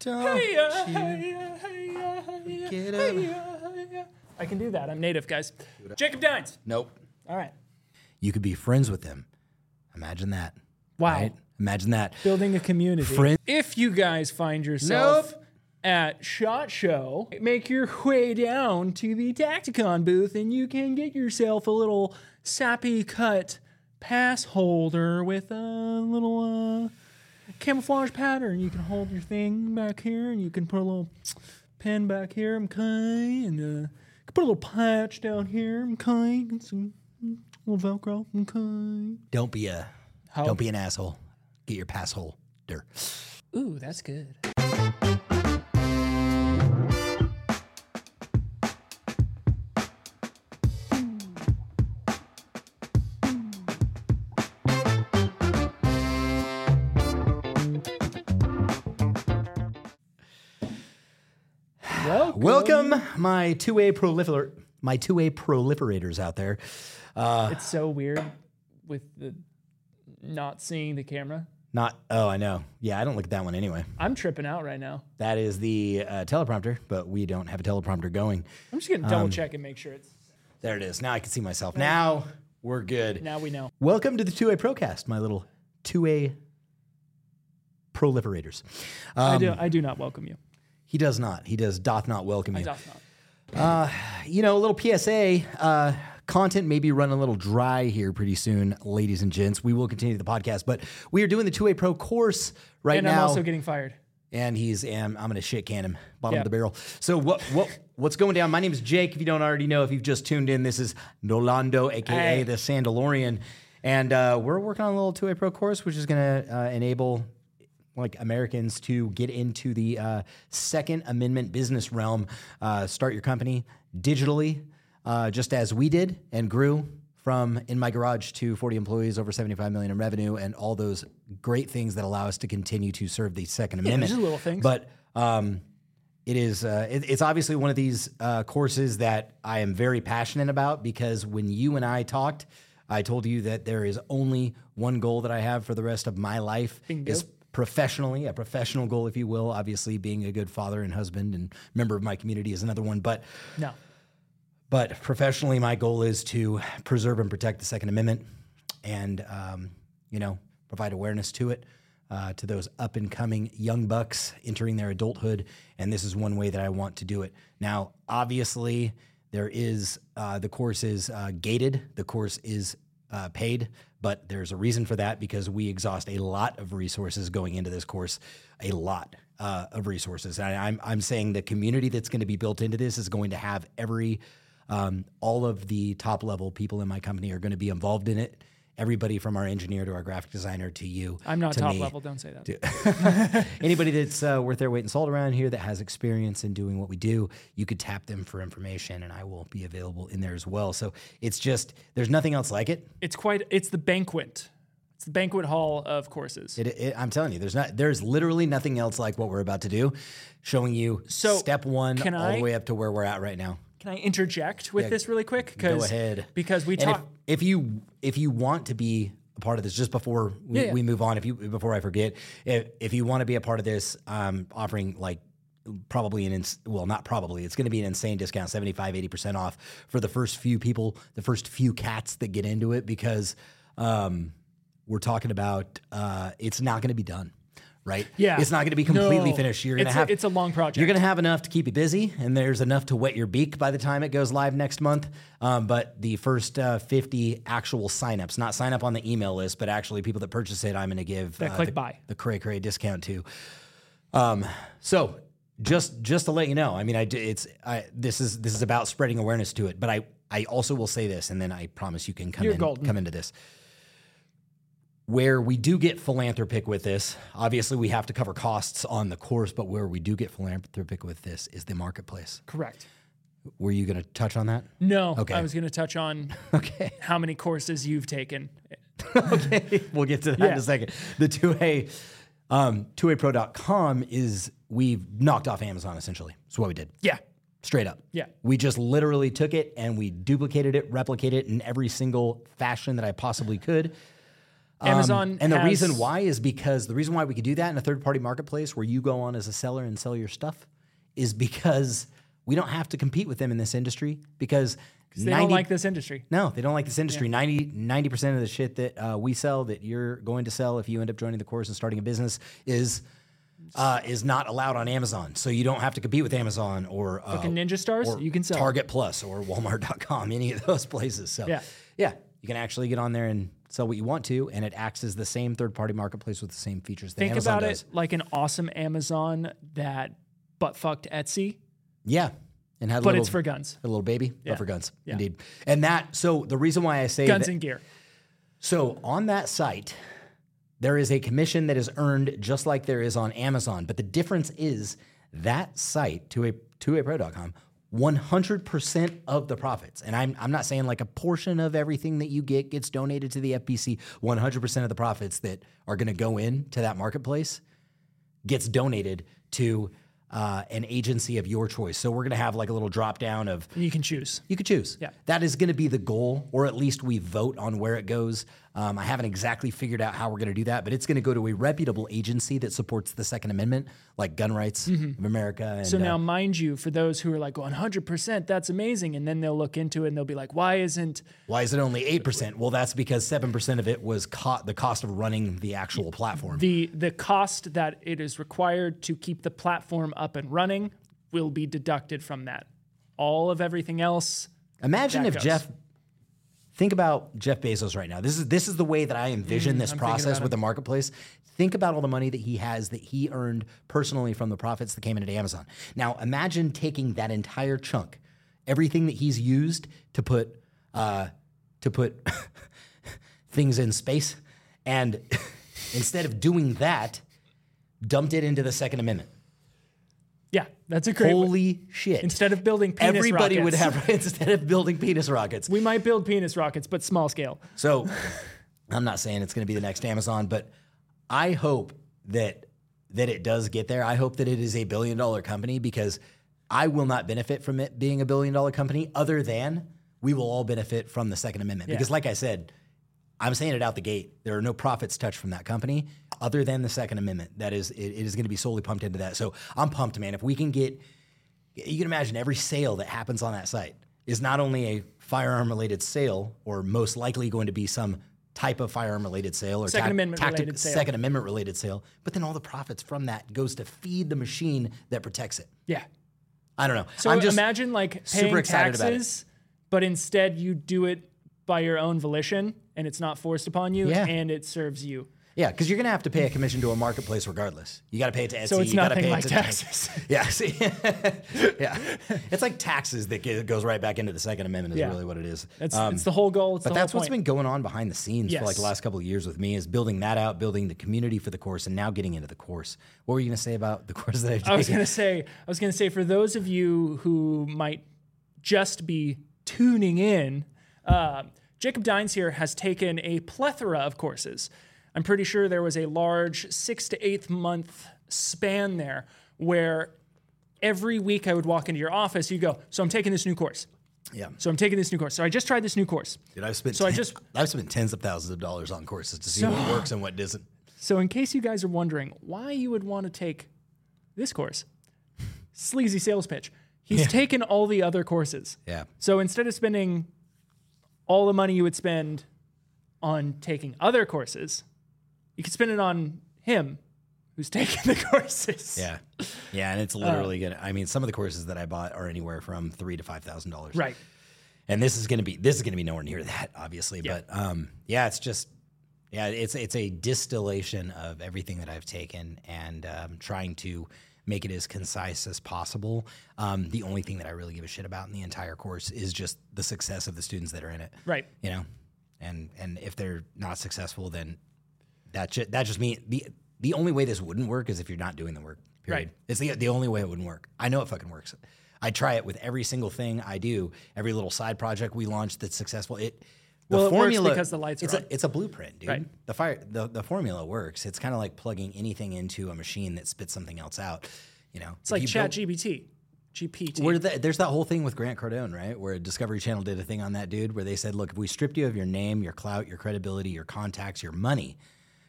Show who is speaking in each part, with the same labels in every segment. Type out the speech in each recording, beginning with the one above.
Speaker 1: Don't
Speaker 2: Hey-ya,
Speaker 1: you
Speaker 2: hey-ya, hey-ya, hey-ya,
Speaker 1: get up.
Speaker 2: hey-ya, hey-ya. I can do that. I'm native, guys. Jacob Dines.
Speaker 1: Nope.
Speaker 2: All right.
Speaker 1: You could be friends with them. Imagine that.
Speaker 2: Wow.
Speaker 1: Right? Imagine that.
Speaker 2: Building a community.
Speaker 1: Friend-
Speaker 2: If you guys find yourself at SHOT Show, make your way down to the Tacticon booth and you can get yourself a little sappy cut pass holder with a little uh, camouflage pattern. You can hold your thing back here and you can put a little pen back here, okay, and uh, you can put a little patch down here, okay, you can see mm, a little Velcro, okay.
Speaker 1: Don't be a
Speaker 2: How-
Speaker 1: don't be an asshole. Get your pass holder.
Speaker 2: Ooh, that's good. Welcome.
Speaker 1: Welcome, my two-way prolifer my two-way proliferators out there.
Speaker 2: It's so weird with the not seeing the camera.
Speaker 1: Not oh, I know. Yeah, I don't look at that one anyway.
Speaker 2: I'm tripping out right now.
Speaker 1: That is the uh, teleprompter, but we don't have a teleprompter going.
Speaker 2: I'm just gonna double check and make sure it's.
Speaker 1: There it is. Now I can see myself. Now we're good.
Speaker 2: Now we know.
Speaker 1: Welcome to the two-way procast, my little two-way proliferators. Uh,
Speaker 2: I do. I do not welcome you.
Speaker 1: He does not. He does doth not welcome you.
Speaker 2: Doth not.
Speaker 1: you know, a little PSA. Uh, content may be running a little dry here pretty soon, ladies and gents. We will continue the podcast, but we are doing the two A Pro course right
Speaker 2: And
Speaker 1: now.
Speaker 2: I'm also getting fired.
Speaker 1: and he's and I'm gonna shit can him bottom
Speaker 2: Yeah.
Speaker 1: of the barrel. So what what what's going down? My name is Jake. If you don't already know, if you've just tuned in, this is Nolando, aka
Speaker 2: Hey.
Speaker 1: the Sandalorian, and uh, we're working on a little two A Pro course, which is gonna uh, enable like Americans to get into the uh, Second Amendment business realm, uh, start your company digitally, uh, just as we did and grew from in my garage to 40 employees over 75 million in revenue and all those great things that allow us to continue to serve the second amendment
Speaker 2: just little things.
Speaker 1: but um, it is uh, it, it's obviously one of these uh, courses that I am very passionate about because when you and I talked, I told you that there is only one goal that I have for the rest of my life is professionally a professional goal, if you will. Obviously, being a good father and husband and member of my community is another one, but
Speaker 2: No.
Speaker 1: but professionally, my goal is to preserve and protect the Second Amendment, and um, you know, provide awareness to it uh, to those up and coming young bucks entering their adulthood. And this is one way that I want to do it. Now, obviously, there is uh, the course is uh, gated. The course is uh, paid, but there's a reason for that because we exhaust a lot of resources going into this course, a lot uh, of resources. And I'm, I'm saying the community that's going to be built into this is going to have every, um, all of the top level people in my company are going to be involved in it. Everybody from our engineer to our graphic designer to you.
Speaker 2: I'm not
Speaker 1: to
Speaker 2: top
Speaker 1: me.
Speaker 2: level. Don't say that.
Speaker 1: Anybody that's uh, worth their weight in salt around here that has experience in doing what we do, you could tap them for information and I will be available in there as well. So it's just, there's nothing else like it.
Speaker 2: It's quite. It's the banquet. It's the banquet hall of courses.
Speaker 1: It, it, I'm telling you, there's not, there's literally nothing else like what we're about to do, showing you
Speaker 2: So,
Speaker 1: step one
Speaker 2: can
Speaker 1: all
Speaker 2: I-
Speaker 1: the way up to where we're at right now.
Speaker 2: Can I interject with this really quick?
Speaker 1: Go
Speaker 2: 'Cause-
Speaker 1: ahead.
Speaker 2: Because we
Speaker 1: And if,
Speaker 2: talk.
Speaker 1: if you if you want to be a part of this, just before we,
Speaker 2: Yeah, yeah.
Speaker 1: we move on, if you before I forget, if if you want to be a part of this, um, offering like probably an ins- well not probably it's going to be an insane discount 75 80% off for the first few people the first few cats that get into it because um we're talking about uh it's not going to be done right
Speaker 2: Yeah.
Speaker 1: it's not going to be completely
Speaker 2: No.
Speaker 1: finished you're going to
Speaker 2: It's a-
Speaker 1: have
Speaker 2: it's a long project.
Speaker 1: you're going to have enough to keep you busy, and there's enough to wet your beak by the time it goes live next month. Um, but the first uh, 50 actual signups, not sign up on the email list, but actually people that purchase it, I'm going to give uh,
Speaker 2: click
Speaker 1: the,
Speaker 2: buy.
Speaker 1: the cray cray discount to. Um, so just just to let you know, I mean, I d- it's I, this is this is about spreading awareness to it, but I I also will say this, and then I promise you can come
Speaker 2: You're
Speaker 1: in,
Speaker 2: golden.
Speaker 1: come into this where we do get philanthropic with this, obviously we have to cover costs on the course, but where we do get philanthropic with this is the marketplace.
Speaker 2: Correct.
Speaker 1: Were you going to touch on that?
Speaker 2: No.
Speaker 1: Okay.
Speaker 2: I was going to touch on
Speaker 1: Okay.
Speaker 2: how many courses you've taken.
Speaker 1: okay. We'll get to that in
Speaker 2: Yeah.
Speaker 1: a second. The 2A, um, 2APro.com is we've knocked off Amazon essentially. That's what we did.
Speaker 2: Yeah.
Speaker 1: Straight up.
Speaker 2: Yeah.
Speaker 1: We just literally took it and we duplicated it, replicated it in every single fashion that I possibly could.
Speaker 2: Amazon
Speaker 1: Um, and the
Speaker 2: has-
Speaker 1: reason why is because the reason why we could do that in a third party marketplace where you go on as a seller and sell your stuff is because we don't have to compete with them in this industry because
Speaker 2: They
Speaker 1: 90
Speaker 2: don't like this industry.
Speaker 1: no, they don't like this industry. Ninety percent of the shit that uh, we sell, that you're going to sell if you end up joining the course and starting a business, is uh, is not allowed on Amazon. So you don't have to compete with Amazon or uh,
Speaker 2: Fucking Ninja Stars,
Speaker 1: or
Speaker 2: you can sell.
Speaker 1: Target Plus or Walmart.com, any of those places. So
Speaker 2: Yeah.
Speaker 1: yeah, you can actually get on there and sell what you want to, and it acts as the same third party marketplace with the same features that
Speaker 2: Think
Speaker 1: Amazon
Speaker 2: about
Speaker 1: does.
Speaker 2: it like an awesome Amazon that butt fucked Etsy,
Speaker 1: Yeah, and had a
Speaker 2: but
Speaker 1: little,
Speaker 2: it's for guns,
Speaker 1: a little baby, but for guns,
Speaker 2: Yeah.
Speaker 1: indeed. And that so the reason why I say
Speaker 2: guns
Speaker 1: that,
Speaker 2: and gear.
Speaker 1: So on that site, there is a commission that is earned just like there is on Amazon, but the difference is that site to a to a pro.com 100% of the profits. And I'm, I'm not saying like a portion of everything that you get gets donated to the FBC. 100% of the profits that are going to go into that marketplace gets donated to uh, an agency of your choice. So we're going to have like a little drop down of
Speaker 2: You can choose.
Speaker 1: you could choose.
Speaker 2: Yeah.
Speaker 1: That is going to be the goal, or at least we vote on where it goes. Um, I haven't exactly figured out how we're going to do that, but it's going to go to a reputable agency that supports the Second Amendment, like Gun Rights of America. And,
Speaker 2: Mm-hmm. So
Speaker 1: uh,
Speaker 2: now, mind you, for those who are like 100%, that's amazing. And then they'll look into it and they'll be like, why isn't
Speaker 1: why is it only 8%? Well, that's because 7% of it was caught the cost of running the actual platform.
Speaker 2: the the cost that it is required to keep the platform up and running will be deducted from that. All of everything else,
Speaker 1: Imagine
Speaker 2: that
Speaker 1: if
Speaker 2: goes.
Speaker 1: Jeff. Think about Jeff Bezos right now. This is this is the way that I envision this process
Speaker 2: Mm, about
Speaker 1: with the marketplace. Think about all the money that he has that he earned personally from the profits that came into Amazon. Now imagine taking that entire chunk, everything that he's used to put uh, to put things in space, and instead of doing that, dumped it into the Second Amendment.
Speaker 2: yeah, that's a great. way.
Speaker 1: Holy shit!
Speaker 2: Instead of building penis
Speaker 1: Everybody
Speaker 2: rockets,
Speaker 1: would have instead of building penis rockets.
Speaker 2: We might build penis rockets, but small scale.
Speaker 1: So I'm not saying it's going to be the next Amazon, but I hope that that it does get there. I hope that it is a billion dollar company because I will not benefit from it being a billion dollar company other than we will all benefit from the second amendment because like I said, I'm saying it out the gate. There are no profits touched from that company other than the second amendment. That is it, it is going to be solely pumped into that. So I'm pumped, man. If we can get you can imagine every sale that happens on that site is not only a firearm related sale or most likely going to be some type of firearm related sale or
Speaker 2: Second
Speaker 1: tac-
Speaker 2: Amendment
Speaker 1: tactic-
Speaker 2: related sale.
Speaker 1: second amendment related sale but then all the profits from that goes to feed the machine that protects it
Speaker 2: Yeah.
Speaker 1: i don't know
Speaker 2: So
Speaker 1: i'm just
Speaker 2: imagine like
Speaker 1: super
Speaker 2: paying
Speaker 1: excited about it.
Speaker 2: taxes, but instead you do it by your own volition and it's not forced upon you
Speaker 1: Yeah.
Speaker 2: and it serves you.
Speaker 1: yeah because you're going to have to pay a commission to a marketplace regardless you got to pay it to Etsy
Speaker 2: So it's
Speaker 1: you gotta
Speaker 2: nothing
Speaker 1: pay
Speaker 2: like
Speaker 1: it to
Speaker 2: taxes.
Speaker 1: yeah see yeah it's like taxes that ge- goes right back into the second amendment is
Speaker 2: Yeah.
Speaker 1: really what it is Uh,
Speaker 2: That's it's the whole goal. It's
Speaker 1: Um, But
Speaker 2: the
Speaker 1: that's
Speaker 2: whole
Speaker 1: what's
Speaker 2: point.
Speaker 1: been going on behind the scenes for like
Speaker 2: Yes.
Speaker 1: the last couple of years with me is building that out, building the community for the course, and now getting into the course. What were you gonna say about the course that I've
Speaker 2: I was gonna say, I was gonna say for those of you who might just be tuning in, uh, Jacob Dines here has taken a plethora of courses. I'm pretty sure there was a large six to eight month span there where every week I would walk into your office, you go, so I'm taking this new course.
Speaker 1: Yeah.
Speaker 2: So I'm taking this new course. So I just tried this new course.
Speaker 1: Dude, I've spent
Speaker 2: So I just-
Speaker 1: I've spent tens of thousands of dollars on courses to see what works and what doesn't.
Speaker 2: So, in case you guys are wondering why you would want to take this course, sleazy sales pitch. He's taken all the other courses.
Speaker 1: Yeah.
Speaker 2: So instead of spending all the money you would spend on taking other courses, you could spend it on him who's taking the courses.
Speaker 1: Yeah. Yeah, and
Speaker 2: Uh,
Speaker 1: it's literally gonna I mean, some of the courses that I bought are anywhere from three to five thousand dollars.
Speaker 2: Right.
Speaker 1: And this is gonna be this is gonna be nowhere near that, obviously. But um yeah, it's just yeah, it's it's a distillation of everything that I've taken and um, trying to make it as concise as possible. Um, the only thing that I really give a shit about in the entire course is just the success of the students that are in it.
Speaker 2: Right.
Speaker 1: You know, and and if they're not successful, then that ju- that just means the the only way this wouldn't work is if you're not doing the work. Period.
Speaker 2: Right.
Speaker 1: It's the the only way it wouldn't work. I know it fucking works. I try it with every single thing I do, every little side project we launch that's successful. It the
Speaker 2: Well, it works
Speaker 1: formula
Speaker 2: because the lights are
Speaker 1: it's a-
Speaker 2: on.
Speaker 1: it's a blueprint, dude.
Speaker 2: Right.
Speaker 1: The fire the, the formula works. It's kind of like plugging anything into a machine that spits something else out. You know,
Speaker 2: It's like Chat GBT. GPT.
Speaker 1: Where that, there's that whole thing with Grant Cardone, right? Where Discovery Channel did a thing on that dude where they said, look, if we stripped you of your name, your clout, your credibility, your contacts, your money,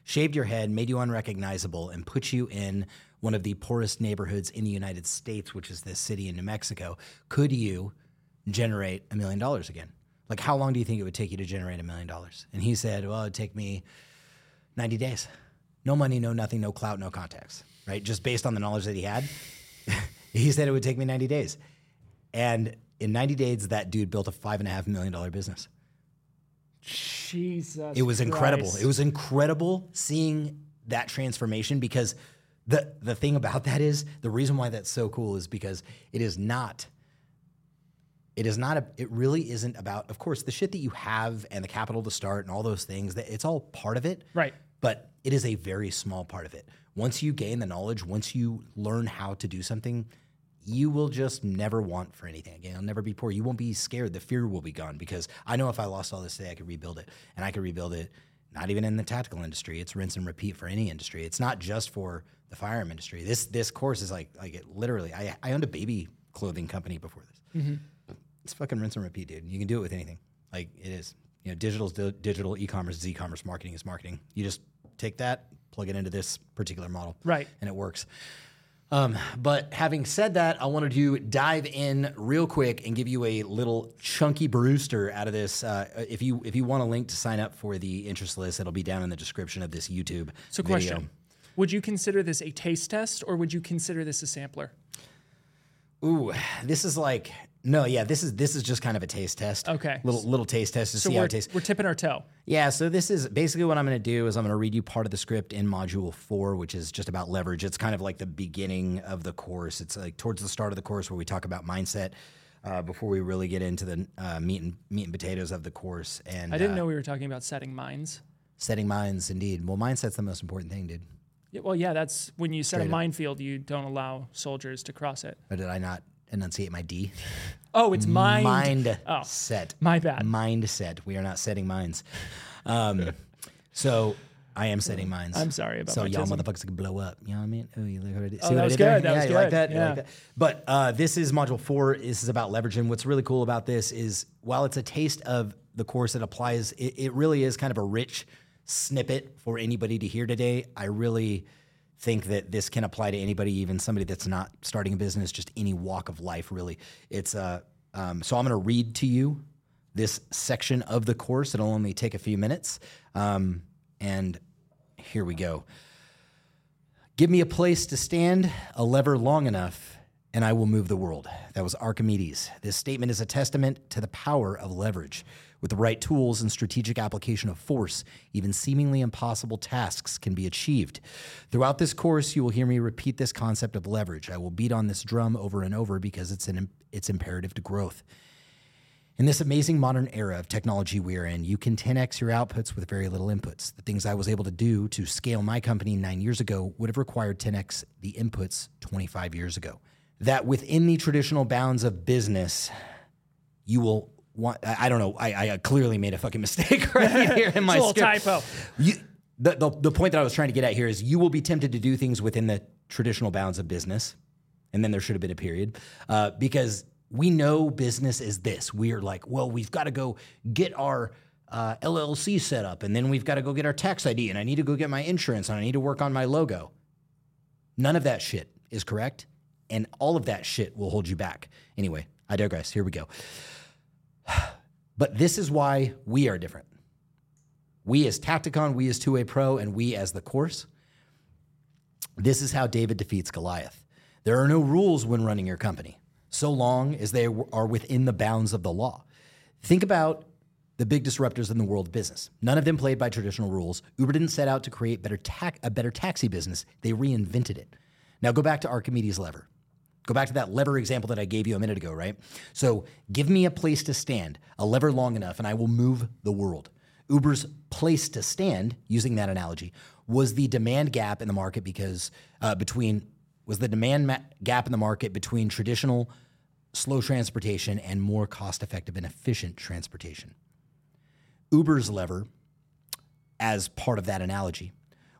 Speaker 1: shaved your head, made you unrecognizable, and put you in one of the poorest neighborhoods in the United States, which is this city in New Mexico, could you generate a million dollars again? Like, how long do you think it would take you to generate a million dollars? And he said, well, it'd take me 90 days. No money, no nothing, no clout, no contacts, right? Just based on the knowledge that he had. he said it would take me 90 days. And in 90 days, that dude built a $5.5 million business.
Speaker 2: Jesus.
Speaker 1: It was incredible.
Speaker 2: Christ.
Speaker 1: It was incredible seeing that transformation because the the thing about that is the reason why that's so cool is because it is not it is not a, it really isn't about of course the shit that you have and the capital to start and all those things that it's all part of it.
Speaker 2: Right.
Speaker 1: But it is a very small part of it. Once you gain the knowledge, once you learn how to do something, you will just never want for anything again. You'll never be poor. You won't be scared. The fear will be gone because I know if I lost all this today, I could rebuild it. And I could rebuild it not even in the tactical industry. It's rinse and repeat for any industry. It's not just for the firearm industry. This this course is like like it literally I, I owned a baby clothing company before this. It's fucking rinse and repeat, dude. You can do it with anything. Like it is. You know, digital's di- digital, e-commerce is e-commerce, marketing is marketing. You just take that, plug it into this particular model.
Speaker 2: Right.
Speaker 1: And it works. Um, But having said that, I wanted to dive in real quick and give you a little chunky brewster out of this. Uh, if you if you want a link to sign up for the interest list, it'll be down in the description of this YouTube
Speaker 2: So,
Speaker 1: video.
Speaker 2: question Would you consider this a taste test or would you consider this a sampler?
Speaker 1: Ooh, this is like no, yeah, this is this is just kind of a taste test.
Speaker 2: Okay.
Speaker 1: little little taste test to
Speaker 2: So,
Speaker 1: see how
Speaker 2: we're,
Speaker 1: it tastes.
Speaker 2: we're tipping our toe.
Speaker 1: Yeah, so this is basically what I'm going to do is I'm going to read you part of the script in module 4 which is just about leverage. It's kind of like the beginning of the course. It's like towards the start of the course where we talk about mindset uh, before we really get into the uh, meat and meat and potatoes of the course and
Speaker 2: I didn't
Speaker 1: uh,
Speaker 2: know we were talking about setting minds.
Speaker 1: setting minds indeed. Well, mindset's the most important thing, dude.
Speaker 2: Yeah, well, yeah, that's when you set a
Speaker 1: up.
Speaker 2: minefield, you don't allow soldiers to cross it.
Speaker 1: Or did I not enunciate my D?
Speaker 2: Oh, it's mind.
Speaker 1: Mind
Speaker 2: Oh,
Speaker 1: set.
Speaker 2: my bad.
Speaker 1: Mindset. We are not setting minds. Um, so I am setting minds.
Speaker 2: I'm sorry about
Speaker 1: so
Speaker 2: my
Speaker 1: y'all
Speaker 2: tism.
Speaker 1: motherfuckers can blow up. You know what I mean? Oh, you look what I did. See
Speaker 2: that
Speaker 1: what I
Speaker 2: was
Speaker 1: did there?
Speaker 2: good, that
Speaker 1: yeah,
Speaker 2: was
Speaker 1: you like
Speaker 2: good,
Speaker 1: that? You
Speaker 2: yeah.
Speaker 1: like that? But uh, this is module four. This is about leveraging. What's really cool about this is while it's a taste of the course, it applies. It, it really is kind of a rich snippet for anybody to hear today. I really think that this can apply to anybody, even somebody that's not starting a business, just any walk of life. Really, it's uh, um, so I'm going to read to you this section of the course. It'll only take a few minutes, um, and here we go. Give me a place to stand, a lever long enough, and I will move the world. That was Archimedes. This statement is a testament to the power of leverage. With the right tools and strategic application of force, even seemingly impossible tasks can be achieved. Throughout this course, you will hear me repeat this concept of leverage. I will beat on this drum over and over because it's an it's imperative to growth. In this amazing modern era of technology we are in, you can 10x your outputs with very little inputs. The things I was able to do to scale my company nine years ago would have required 10x the inputs 25 years ago. That within the traditional bounds of business, you will want. I I don't know. I, I clearly made a fucking mistake right here in my
Speaker 2: It's a little
Speaker 1: script.
Speaker 2: typo.
Speaker 1: You, the, the, the point that I was trying to get at here is you will be tempted to do things within the traditional bounds of business. And then there should have been a period uh, because we know business is this. We are like, well, we've got to go get our uh, LLC set up and then we've got to go get our tax ID and I need to go get my insurance and I need to work on my logo. None of that shit is correct. And all of that shit will hold you back. Anyway, I digress. Here we go. But this is why we are different we as Tacticon, we as 2A Pro, and we as the course. This is how David defeats Goliath. There are no rules when running your company, so long as they are within the bounds of the law. Think about the big disruptors in the world of business. None of them played by traditional rules. Uber didn't set out to create better tac- a better taxi business, they reinvented it. Now go back to Archimedes' lever. Go back to that lever example that I gave you a minute ago, right? So, give me a place to stand, a lever long enough, and I will move the world. Uber's place to stand, using that analogy, was the demand gap in the market because uh, between was the demand ma- gap in the market between traditional slow transportation and more cost-effective and efficient transportation. Uber's lever as part of that analogy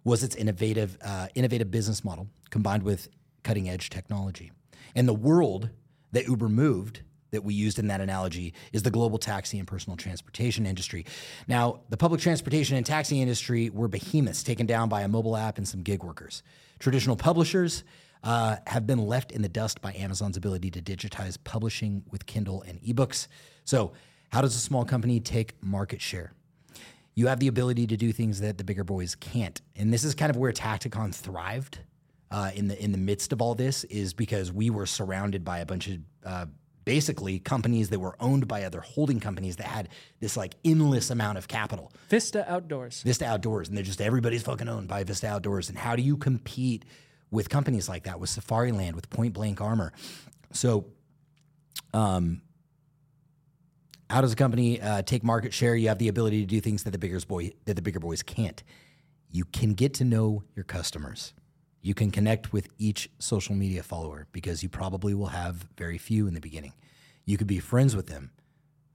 Speaker 1: was its innovative, uh, innovative business model combined with cutting edge technology. And the world that Uber moved that we used in that analogy is the global taxi and personal transportation industry. Now, the public transportation and taxi industry were behemoths taken down by a mobile app and some gig workers. Traditional publishers uh, have been left in the dust by Amazon's ability to digitize publishing with Kindle and ebooks. So, how does a small company take market share? You have the ability to do things that the bigger boys can't, and this is kind of where Tacticon thrived uh, in the in the midst of all this is because we were surrounded by a bunch of uh, basically companies that were owned by other holding companies that had this like endless amount of capital.
Speaker 2: Vista Outdoors.
Speaker 1: Vista Outdoors, and they're just everybody's fucking owned by Vista Outdoors. And how do you compete with companies like that, with Safariland, with Point Blank Armor? So, um, how does a company uh, take market share? You have the ability to do things that the bigger boy that the bigger boys can't. You can get to know your customers. You can connect with each social media follower because you probably will have very few in the beginning. You could be friends with them.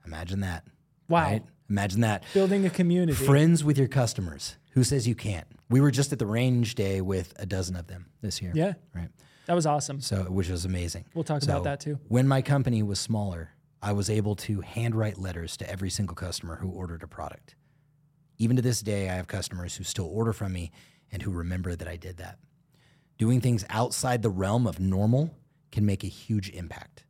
Speaker 1: Imagine that.
Speaker 2: Wow.
Speaker 1: Imagine that.
Speaker 2: Building a community.
Speaker 1: Friends with your customers. Who says you can't? We were just at the range day with a dozen of them this year.
Speaker 2: yeah.
Speaker 1: Right.
Speaker 2: That was awesome.
Speaker 1: So, which was amazing.
Speaker 2: We'll talk
Speaker 1: So,
Speaker 2: about that too.
Speaker 1: When my company was smaller, I was able to handwrite letters to every single customer who ordered a product. Even to this day, I have customers who still order from me and who remember that I did that. Doing things outside the realm of normal can make a huge impact.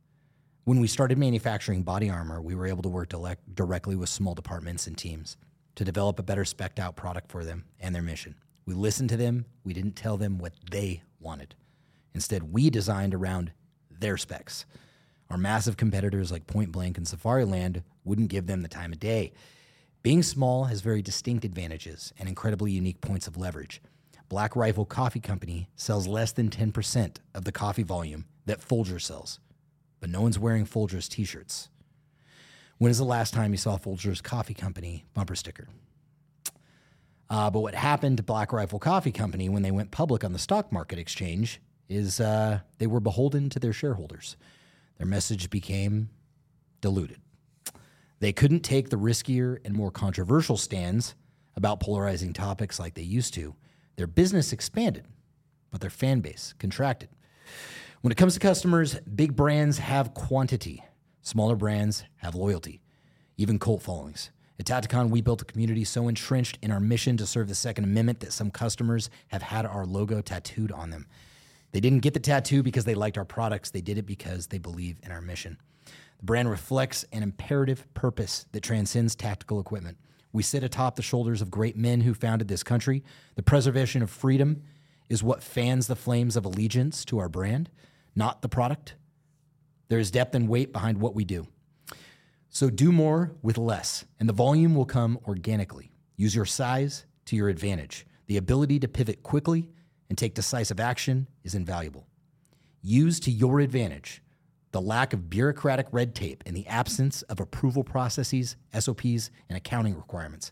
Speaker 1: When we started manufacturing body armor, we were able to work dilec- directly with small departments and teams to develop a better spec'd out product for them and their mission. We listened to them, we didn't tell them what they wanted. Instead, we designed around their specs. Our massive competitors like Point Blank and Safariland wouldn't give them the time of day. Being small has very distinct advantages and incredibly unique points of leverage. Black Rifle Coffee Company sells less than 10% of the coffee volume that Folgers sells, but no one's wearing Folgers t shirts. When is the last time you saw Folgers Coffee Company bumper sticker? Uh, but what happened to Black Rifle Coffee Company when they went public on the stock market exchange is uh, they were beholden to their shareholders. Their message became diluted. They couldn't take the riskier and more controversial stands about polarizing topics like they used to. Their business expanded, but their fan base contracted. When it comes to customers, big brands have quantity, smaller brands have loyalty, even cult followings. At Tacticon, we built a community so entrenched in our mission to serve the Second Amendment that some customers have had our logo tattooed on them. They didn't get the tattoo because they liked our products, they did it because they believe in our mission. The brand reflects an imperative purpose that transcends tactical equipment. We sit atop the shoulders of great men who founded this country. The preservation of freedom is what fans the flames of allegiance to our brand, not the product. There is depth and weight behind what we do. So do more with less, and the volume will come organically. Use your size to your advantage. The ability to pivot quickly and take decisive action is invaluable. Use to your advantage the lack of bureaucratic red tape and the absence of approval processes, SOPs, and accounting requirements.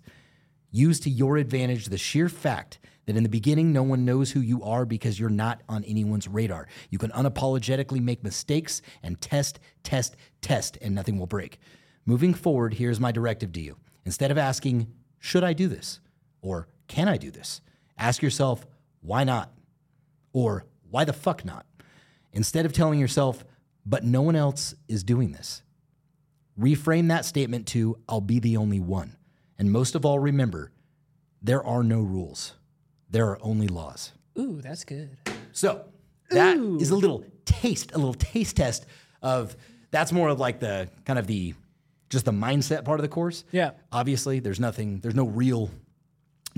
Speaker 1: Use to your advantage the sheer fact that in the beginning, no one knows who you are because you're not on anyone's radar. You can unapologetically make mistakes and test, test, test, and nothing will break. Moving forward, here's my directive to you. Instead of asking, should I do this? Or can I do this? Ask yourself, why not? Or why the fuck not? Instead of telling yourself, but no one else is doing this. Reframe that statement to, I'll be the only one. And most of all, remember, there are no rules, there are only laws.
Speaker 2: Ooh, that's good.
Speaker 1: So that is a little taste, a little taste test of that's more of like the kind of the just the mindset part of the course.
Speaker 2: Yeah.
Speaker 1: Obviously, there's nothing, there's no real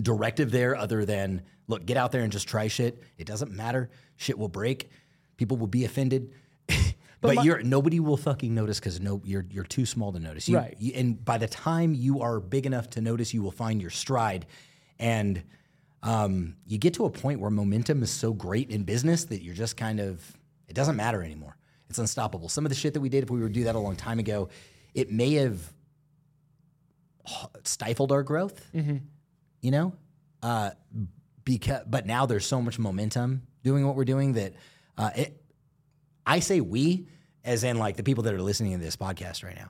Speaker 1: directive there other than look, get out there and just try shit. It doesn't matter. Shit will break. People will be offended. but
Speaker 2: my-
Speaker 1: you're nobody will fucking notice because no, you're you're too small to notice. You-
Speaker 2: Right.
Speaker 1: you- and by the time you are big enough to notice, you will find your stride. And um, you get to a point where momentum is so great in business that you're just kind of it doesn't matter anymore. It's unstoppable. Some of the shit that we did, if we were to do that a long time ago, it may have stifled our growth. You know, uh, because but now there's so much momentum doing what we're doing that uh, it. I say we, as in like the people that are listening to this podcast right now,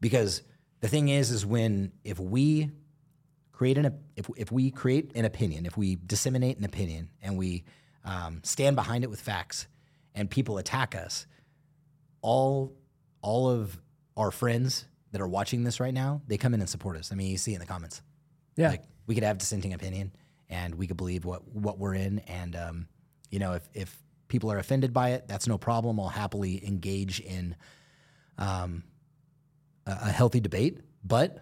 Speaker 1: because the thing is, is when if we create an op- if if we create an opinion, if we disseminate an opinion, and we um, stand behind it with facts, and people attack us, all all of our friends that are watching this right now, they come in and support us. I mean, you see it in the comments.
Speaker 2: Yeah.
Speaker 1: Like we could have dissenting opinion and we could believe what what we're in and um, you know, if if people are offended by it, that's no problem. I'll happily engage in um, a, a healthy debate, but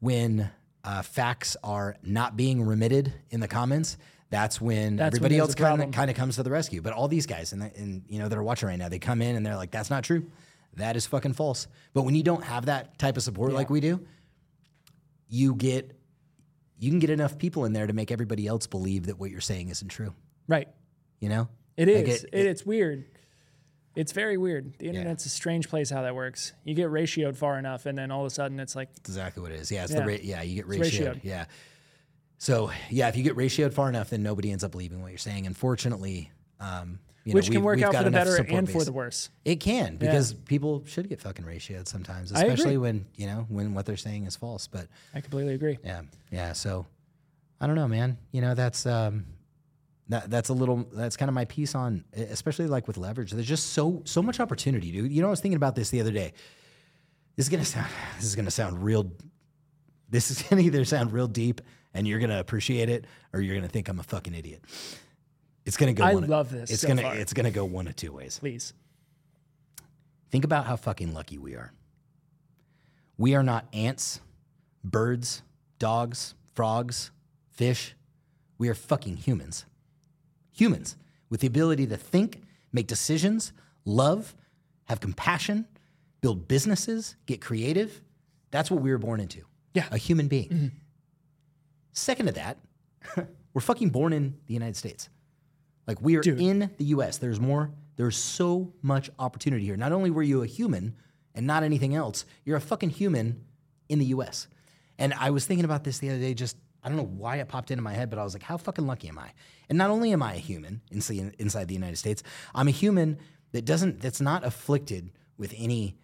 Speaker 1: when uh, facts are not being remitted in the comments, that's when
Speaker 2: That's when
Speaker 1: everybody
Speaker 2: there's
Speaker 1: else
Speaker 2: a
Speaker 1: kind
Speaker 2: problem.
Speaker 1: of kind of comes to the rescue. But all these guys and and you know that are watching right now, they come in and they're like, "That's not true. That is fucking false." But when you don't have that type of support like we do, you get you can get enough people in there to make everybody else believe that what you're saying isn't true.
Speaker 2: Right.
Speaker 1: You know,
Speaker 2: It
Speaker 1: Like
Speaker 2: is.
Speaker 1: it-
Speaker 2: It- it's weird. It's very weird. The internet's a strange place how that works. You get ratioed far enough, and then all of a sudden it's like,
Speaker 1: That's exactly what it is. Yeah, it's
Speaker 2: Yeah.
Speaker 1: the ra- yeah you get ratioed.
Speaker 2: ratioed.
Speaker 1: Yeah. So yeah, if you get ratioed far enough, then nobody ends up believing what you're saying. Unfortunately, um, you know,
Speaker 2: which can
Speaker 1: we've-
Speaker 2: work
Speaker 1: we've
Speaker 2: out
Speaker 1: got
Speaker 2: for the
Speaker 1: enough
Speaker 2: better
Speaker 1: support
Speaker 2: and for
Speaker 1: base.
Speaker 2: the worse.
Speaker 1: It can because people should get fucking ratioed sometimes,
Speaker 2: agree.
Speaker 1: especially when you know when what they're saying is false. But
Speaker 2: I completely agree.
Speaker 1: yeah, yeah. So I don't know, man. You know, that's um, that that's a little that's kind of my piece on, e, especially like with leverage. There's just so so much opportunity, dude. You know, I was thinking about this the other day. This is gonna sound this is gonna sound real. This is gonna either sound real deep and you're gonna appreciate it, or you're gonna think I'm a fucking idiot. It's gonna go.
Speaker 2: I
Speaker 1: one of-
Speaker 2: love this
Speaker 1: It's
Speaker 2: so
Speaker 1: gonna
Speaker 2: far.
Speaker 1: it's gonna go one of two ways.
Speaker 2: Please.
Speaker 1: Think about how fucking lucky we are. We are not ants, birds, dogs, frogs, fish. We are fucking humans. Humans with the ability to think, make decisions, love, have compassion, build businesses, get creative. That's what we were born into.
Speaker 2: Yeah.
Speaker 1: A human being. Second to that, we're fucking born in the United States. Like we are in the US. There's more, there's so much opportunity here. Not only were you a human and not anything else, you're a fucking human in the US. And I was thinking about this the other day, just I don't know why it popped into my head, but I was like, how fucking lucky am I? And not only am I a human inside, inside the United States, I'm a human that doesn't that's not afflicted with any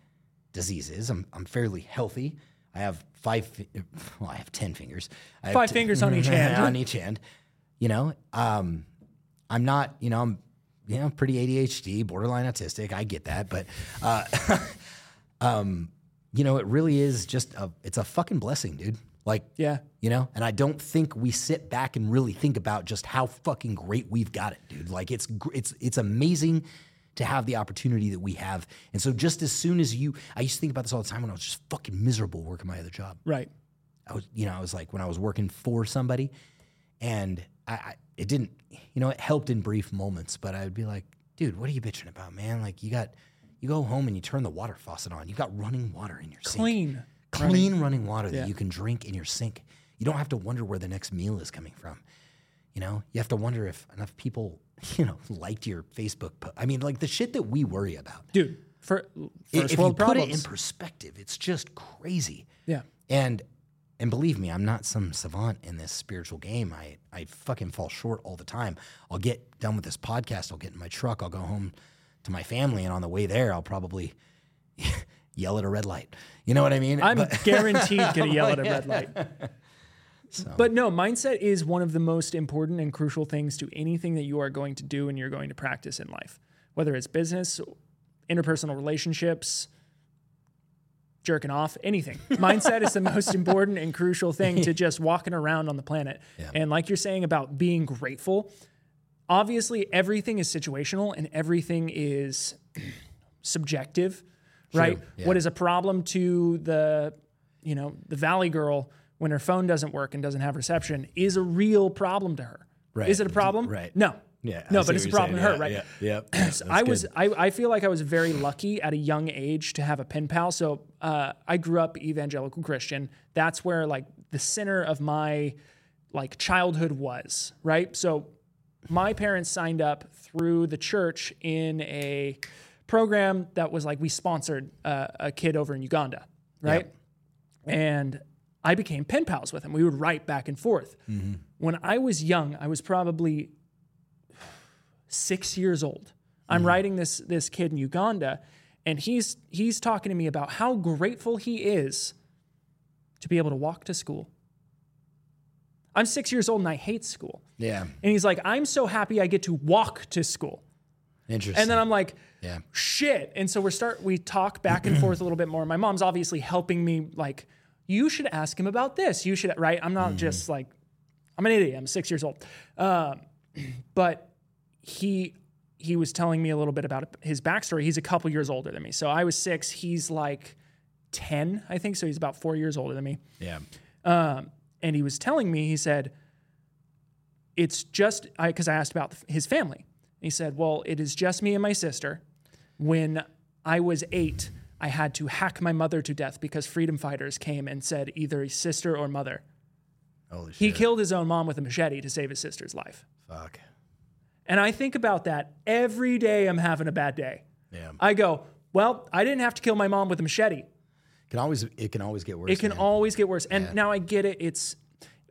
Speaker 1: diseases. I'm I'm fairly healthy. I have five fi- well, I have ten fingers. I have
Speaker 2: Five
Speaker 1: t-
Speaker 2: fingers on each hand.
Speaker 1: on each hand. You know, um, I'm not, you know, I'm, you know, pretty ADHD, borderline autistic. I get that, but, uh, um, you know, it really is just a, it's a fucking blessing, dude. Like,
Speaker 2: Yeah.
Speaker 1: you know, and I don't think we sit back and really think about just how fucking great we've got it, dude. Like, it's gr- it's it's amazing to have the opportunity that we have. And so, just as soon as you, I used to think about this all the time when I was just fucking miserable working my other job.
Speaker 2: Right.
Speaker 1: I was, you know, I was like when I was working for somebody, and I, I it didn't, you know, it helped in brief moments, but I would be like, dude, what are you bitching about, man? Like you got, you go home and you turn the water faucet on, you got running water in your sink,
Speaker 2: Clean.
Speaker 1: clean running water that you can drink in your sink. You don't have to wonder where the next meal is coming from. You know, you have to wonder if enough people, you know, liked your Facebook. Po- I mean, like the shit that we worry about.
Speaker 2: Dude, for, first
Speaker 1: if you
Speaker 2: world
Speaker 1: put it in
Speaker 2: problems.
Speaker 1: perspective, it's just crazy.
Speaker 2: yeah.
Speaker 1: And and believe me, I'm not some savant in this spiritual game. I, I fucking fall short all the time. I'll get done with this podcast, I'll get in my truck, I'll go home to my family, and on the way there, I'll probably yell at a red light. You know what I mean?
Speaker 2: I'm
Speaker 1: But- Oh,
Speaker 2: guaranteed going to yell at a red light. But no, mindset is one of the most important and crucial things to anything that you are going to do and you're going to practice in life, whether it's business, interpersonal relationships, jerking off, anything. Mindset is the most important and crucial thing to just walking around on the planet. And like you're saying about being grateful, obviously everything is situational and everything is subjective, right? What is a problem to the, you know, the valley girl when her phone doesn't work and doesn't have reception is a real problem to her.
Speaker 1: Right.
Speaker 2: Is it a problem?
Speaker 1: Right.
Speaker 2: No.
Speaker 1: yeah, I
Speaker 2: No,
Speaker 1: see
Speaker 2: but
Speaker 1: what
Speaker 2: it's a
Speaker 1: you're
Speaker 2: problem
Speaker 1: saying.
Speaker 2: to her, right?
Speaker 1: Yeah, yeah, yep. That's
Speaker 2: I
Speaker 1: good.
Speaker 2: was I, I feel like I was very lucky at a young age to have a pen pal. So uh, I grew up evangelical Christian. That's where like the center of my like childhood was, right? So my parents signed up through the church in a program that was like we sponsored uh, a kid over in Uganda, right? And I became pen pals with him. We would write back and forth.
Speaker 1: Mm-hmm.
Speaker 2: When I was young, I was probably six years old. I'm writing this this kid in Uganda, and he's he's talking to me about how grateful he is to be able to walk to school. I'm six years old and I hate school.
Speaker 1: Yeah.
Speaker 2: And he's like, I'm so happy I get to walk to school.
Speaker 1: Interesting.
Speaker 2: And then I'm like,
Speaker 1: yeah.
Speaker 2: shit. And so we start we talk back and forth a little bit more. My mom's obviously helping me like you should ask him about this. You should right? I'm not just like I'm an idiot. I'm 6 years old. Um, but he he was telling me a little bit about his backstory. He's a couple years older than me. So I was 6, he's like 10, I think, so he's about 4 years older than me.
Speaker 1: Yeah.
Speaker 2: And he was telling me he said it's just I because I asked about his family. He said, "Well, it is just me and my sister. When I was eight, I had to hack my mother to death because freedom fighters came and said either sister or mother.
Speaker 1: Holy
Speaker 2: He
Speaker 1: shit.
Speaker 2: killed his own mom with a machete to save his sister's life.
Speaker 1: Fuck.
Speaker 2: And I think about that every day. I'm having a bad day.
Speaker 1: Yeah.
Speaker 2: I go, well, I didn't have to kill my mom with a machete.
Speaker 1: Can always it can always get worse.
Speaker 2: It can
Speaker 1: man.
Speaker 2: always get worse. And now I get it. It's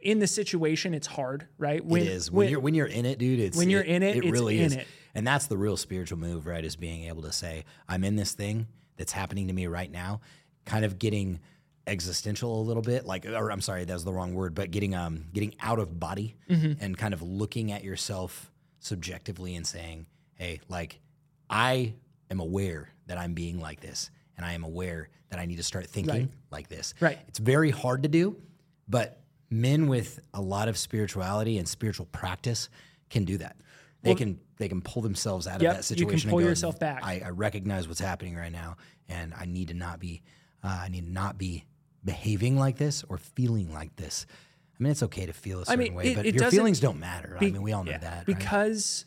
Speaker 2: in the situation. It's hard, right? When,
Speaker 1: It is when, you're when you're in it, dude. It's
Speaker 2: when you're in it,
Speaker 1: It
Speaker 2: it's
Speaker 1: really
Speaker 2: in
Speaker 1: is,
Speaker 2: it.
Speaker 1: and that's the real spiritual move, right? Is being able to say, "I'm in this thing that's happening to me right now," kind of getting existential a little bit. Like, or I'm sorry, that was the wrong word, but getting um getting out of body
Speaker 2: Mm-hmm.
Speaker 1: and kind of looking at yourself subjectively and saying, "Hey, like, I am aware that I'm being like this, and I am aware that I need to start thinking like this."
Speaker 2: Right.
Speaker 1: It's very hard to do, but men with a lot of spirituality and spiritual practice can do that. They can they can pull themselves out
Speaker 2: Yep,
Speaker 1: of that
Speaker 2: you can
Speaker 1: situation.
Speaker 2: pull
Speaker 1: and go,
Speaker 2: yourself back.
Speaker 1: I, I recognize what's happening right now, and I need to not be uh, I need to not be behaving like this or feeling like this. I mean, it's okay to feel a certain
Speaker 2: mean,
Speaker 1: way,
Speaker 2: it-
Speaker 1: but
Speaker 2: it
Speaker 1: your
Speaker 2: doesn't-
Speaker 1: feelings don't matter. I mean, we all know
Speaker 2: Yeah,
Speaker 1: that. right?
Speaker 2: because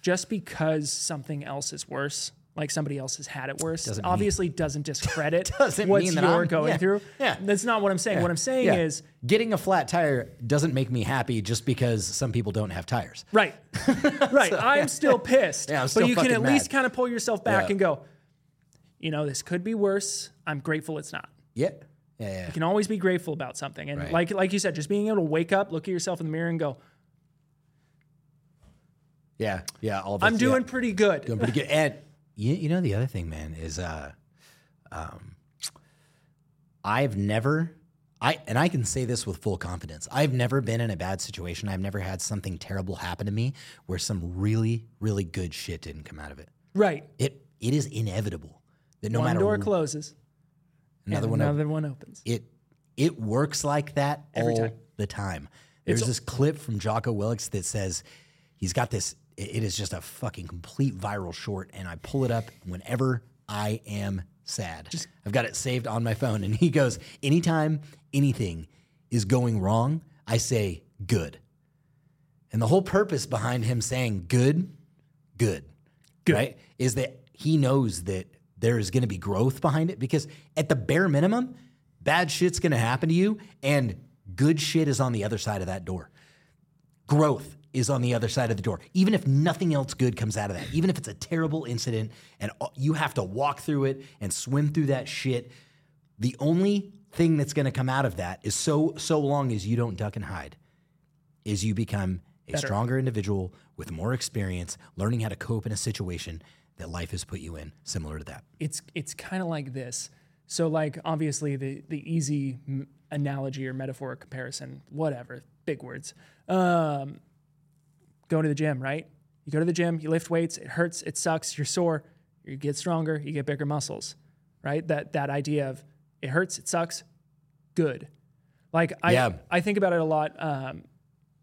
Speaker 2: just because something else is worse like somebody else has had it worse
Speaker 1: Doesn't mean-
Speaker 2: obviously doesn't discredit
Speaker 1: Doesn't
Speaker 2: what
Speaker 1: mean that
Speaker 2: you're
Speaker 1: I'm-
Speaker 2: going
Speaker 1: yeah,
Speaker 2: through
Speaker 1: yeah.
Speaker 2: that's not what i'm saying what i'm saying
Speaker 1: Yeah.
Speaker 2: is
Speaker 1: getting a flat tire doesn't make me happy just because some people don't have tires.
Speaker 2: right right i'm still pissed
Speaker 1: Yeah, I'm
Speaker 2: but
Speaker 1: still
Speaker 2: you can
Speaker 1: fucking
Speaker 2: at least
Speaker 1: mad.
Speaker 2: kind of pull yourself back
Speaker 1: Yeah.
Speaker 2: and go you know this could be worse i'm grateful it's not
Speaker 1: Yeah, yeah, yeah.
Speaker 2: you can always be grateful about something and
Speaker 1: Right.
Speaker 2: like like you said just being able to wake up look at yourself in the mirror and go
Speaker 1: yeah. yeah all this,
Speaker 2: i'm
Speaker 1: yeah.
Speaker 2: doing pretty good
Speaker 1: doing pretty good. And you, you know the other thing, man, is uh, um, I've never. I, and I can say this with full confidence. I've never been in a bad situation. I've never had something terrible happen to me where some really, really good shit didn't come out of it.
Speaker 2: right
Speaker 1: It it is inevitable that no
Speaker 2: one
Speaker 1: matter
Speaker 2: door
Speaker 1: wh-
Speaker 2: closes
Speaker 1: another
Speaker 2: and
Speaker 1: one
Speaker 2: another one opens
Speaker 1: it it works like that all
Speaker 2: time.
Speaker 1: the time. There's this clip from Jocko Willix that says he's got this. It it is just a fucking complete viral short, and I pull it up whenever I am sad. I've got it saved on my phone, and he goes, "Anytime anything is going wrong, I say good." And the whole purpose behind him saying good, good, right, is that he knows that there is going to be growth behind it because at the bare minimum, bad shit's going to happen to you and good shit is on the other side of that door. Growth is on the other side of the door. Even if nothing else good comes out of that, even if it's a terrible incident and you have to walk through it and swim through that shit, the only thing that's going to come out of that is so so long as you don't duck and hide is you become a stronger individual with more experience learning how to cope in a situation that life has put you in similar to that
Speaker 2: it's it's kind of like this. So like obviously the the easy m- analogy or metaphor or comparison, whatever, big words. Um, going to the gym, right? You go to the gym, you lift weights, it hurts, it sucks, you're sore, you get stronger, you get bigger muscles, right? That that idea of it hurts, it sucks, good. Like I
Speaker 1: Yeah.
Speaker 2: I think about it a lot. Um,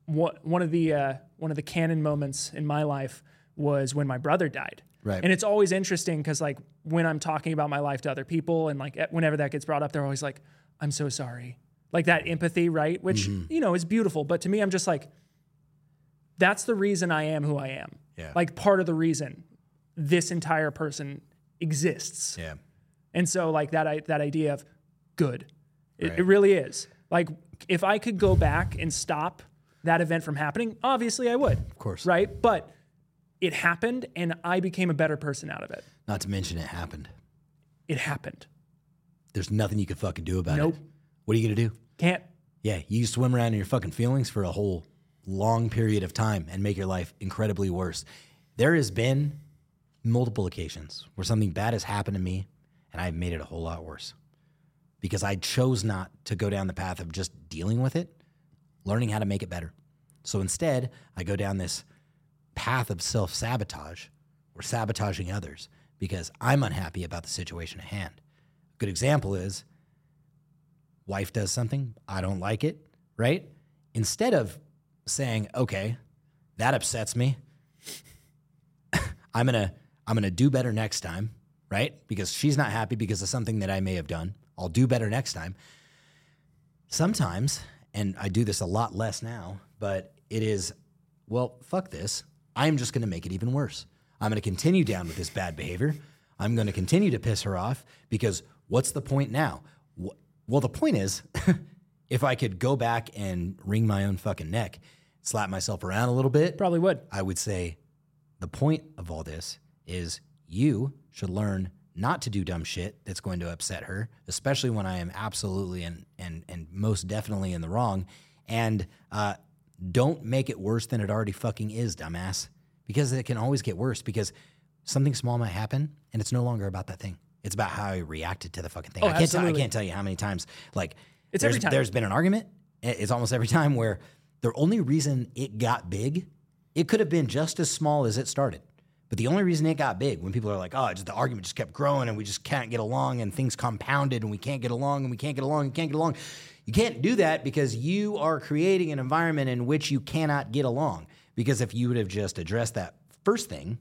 Speaker 2: what one of the uh, one of the canon moments in my life was when my brother died.
Speaker 1: Right.
Speaker 2: And it's always interesting because like when I'm talking about my life to other people and like e, whenever that gets brought up, they're always like, "I'm so sorry." Like that empathy, right? Which
Speaker 1: Mm-hmm.
Speaker 2: you know is beautiful, but to me, I'm just like, that's the reason I am who I am.
Speaker 1: Yeah.
Speaker 2: Like part of the reason this entire person exists.
Speaker 1: yeah
Speaker 2: And so like that I, that idea of good. It,
Speaker 1: Right.
Speaker 2: it really is. Like if I could go back and stop that event from happening, obviously I would. Of
Speaker 1: course.
Speaker 2: Right? But it happened and I became a better person out of it.
Speaker 1: not to mention it happened
Speaker 2: It happened.
Speaker 1: there's nothing you could fucking do about
Speaker 2: Nope.
Speaker 1: it what are you going to do
Speaker 2: Can't
Speaker 1: yeah you swim around in your fucking feelings for a whole long period of time and make your life incredibly worse there has been multiple occasions where something bad has happened to me and i've made it a whole lot worse because I chose not to go down the path of just dealing with it, learning how to make it better. So instead, I go down this path of self sabotage We're sabotaging others because I'm unhappy about the situation at hand. Good example is wife does something, I don't like it, right? Instead of saying, "Okay, that upsets me. I'm going to I'm going to do better next time," right? Because she's not happy because of something that I may have done. I'll do better next time. Sometimes, and I do this a lot less now, but it is, well, fuck this. I'm just going to make it even worse. I'm going to continue down with this bad behavior. I'm going to continue to piss her off because what's the point now? Wh- Well, the point is, if I could go back and wring my own fucking neck, slap myself around a little bit,
Speaker 2: Probably would.
Speaker 1: I would say the point of all this is you should learn not to do dumb shit that's going to upset her, especially when I am absolutely and and and most definitely in the wrong. And uh, don't make it worse than it already fucking is, dumbass, because it can always get worse. Because something small might happen, and it's no longer about that thing. It's about how I reacted to the fucking thing. I can't. tell I
Speaker 2: absolutely.
Speaker 1: can't tell you how many times like
Speaker 2: It's
Speaker 1: there's-
Speaker 2: every time.
Speaker 1: There's been an argument. i- It's almost every time where the only reason it got big, it could have been just as small as it started. But the only reason it got big when people are like, oh, just the argument just kept growing and we just can't get along and things compounded and we can't get along and we can't get along and can't get along. You can't do that because you are creating an environment in which you cannot get along. Because if you would have just addressed that first thing,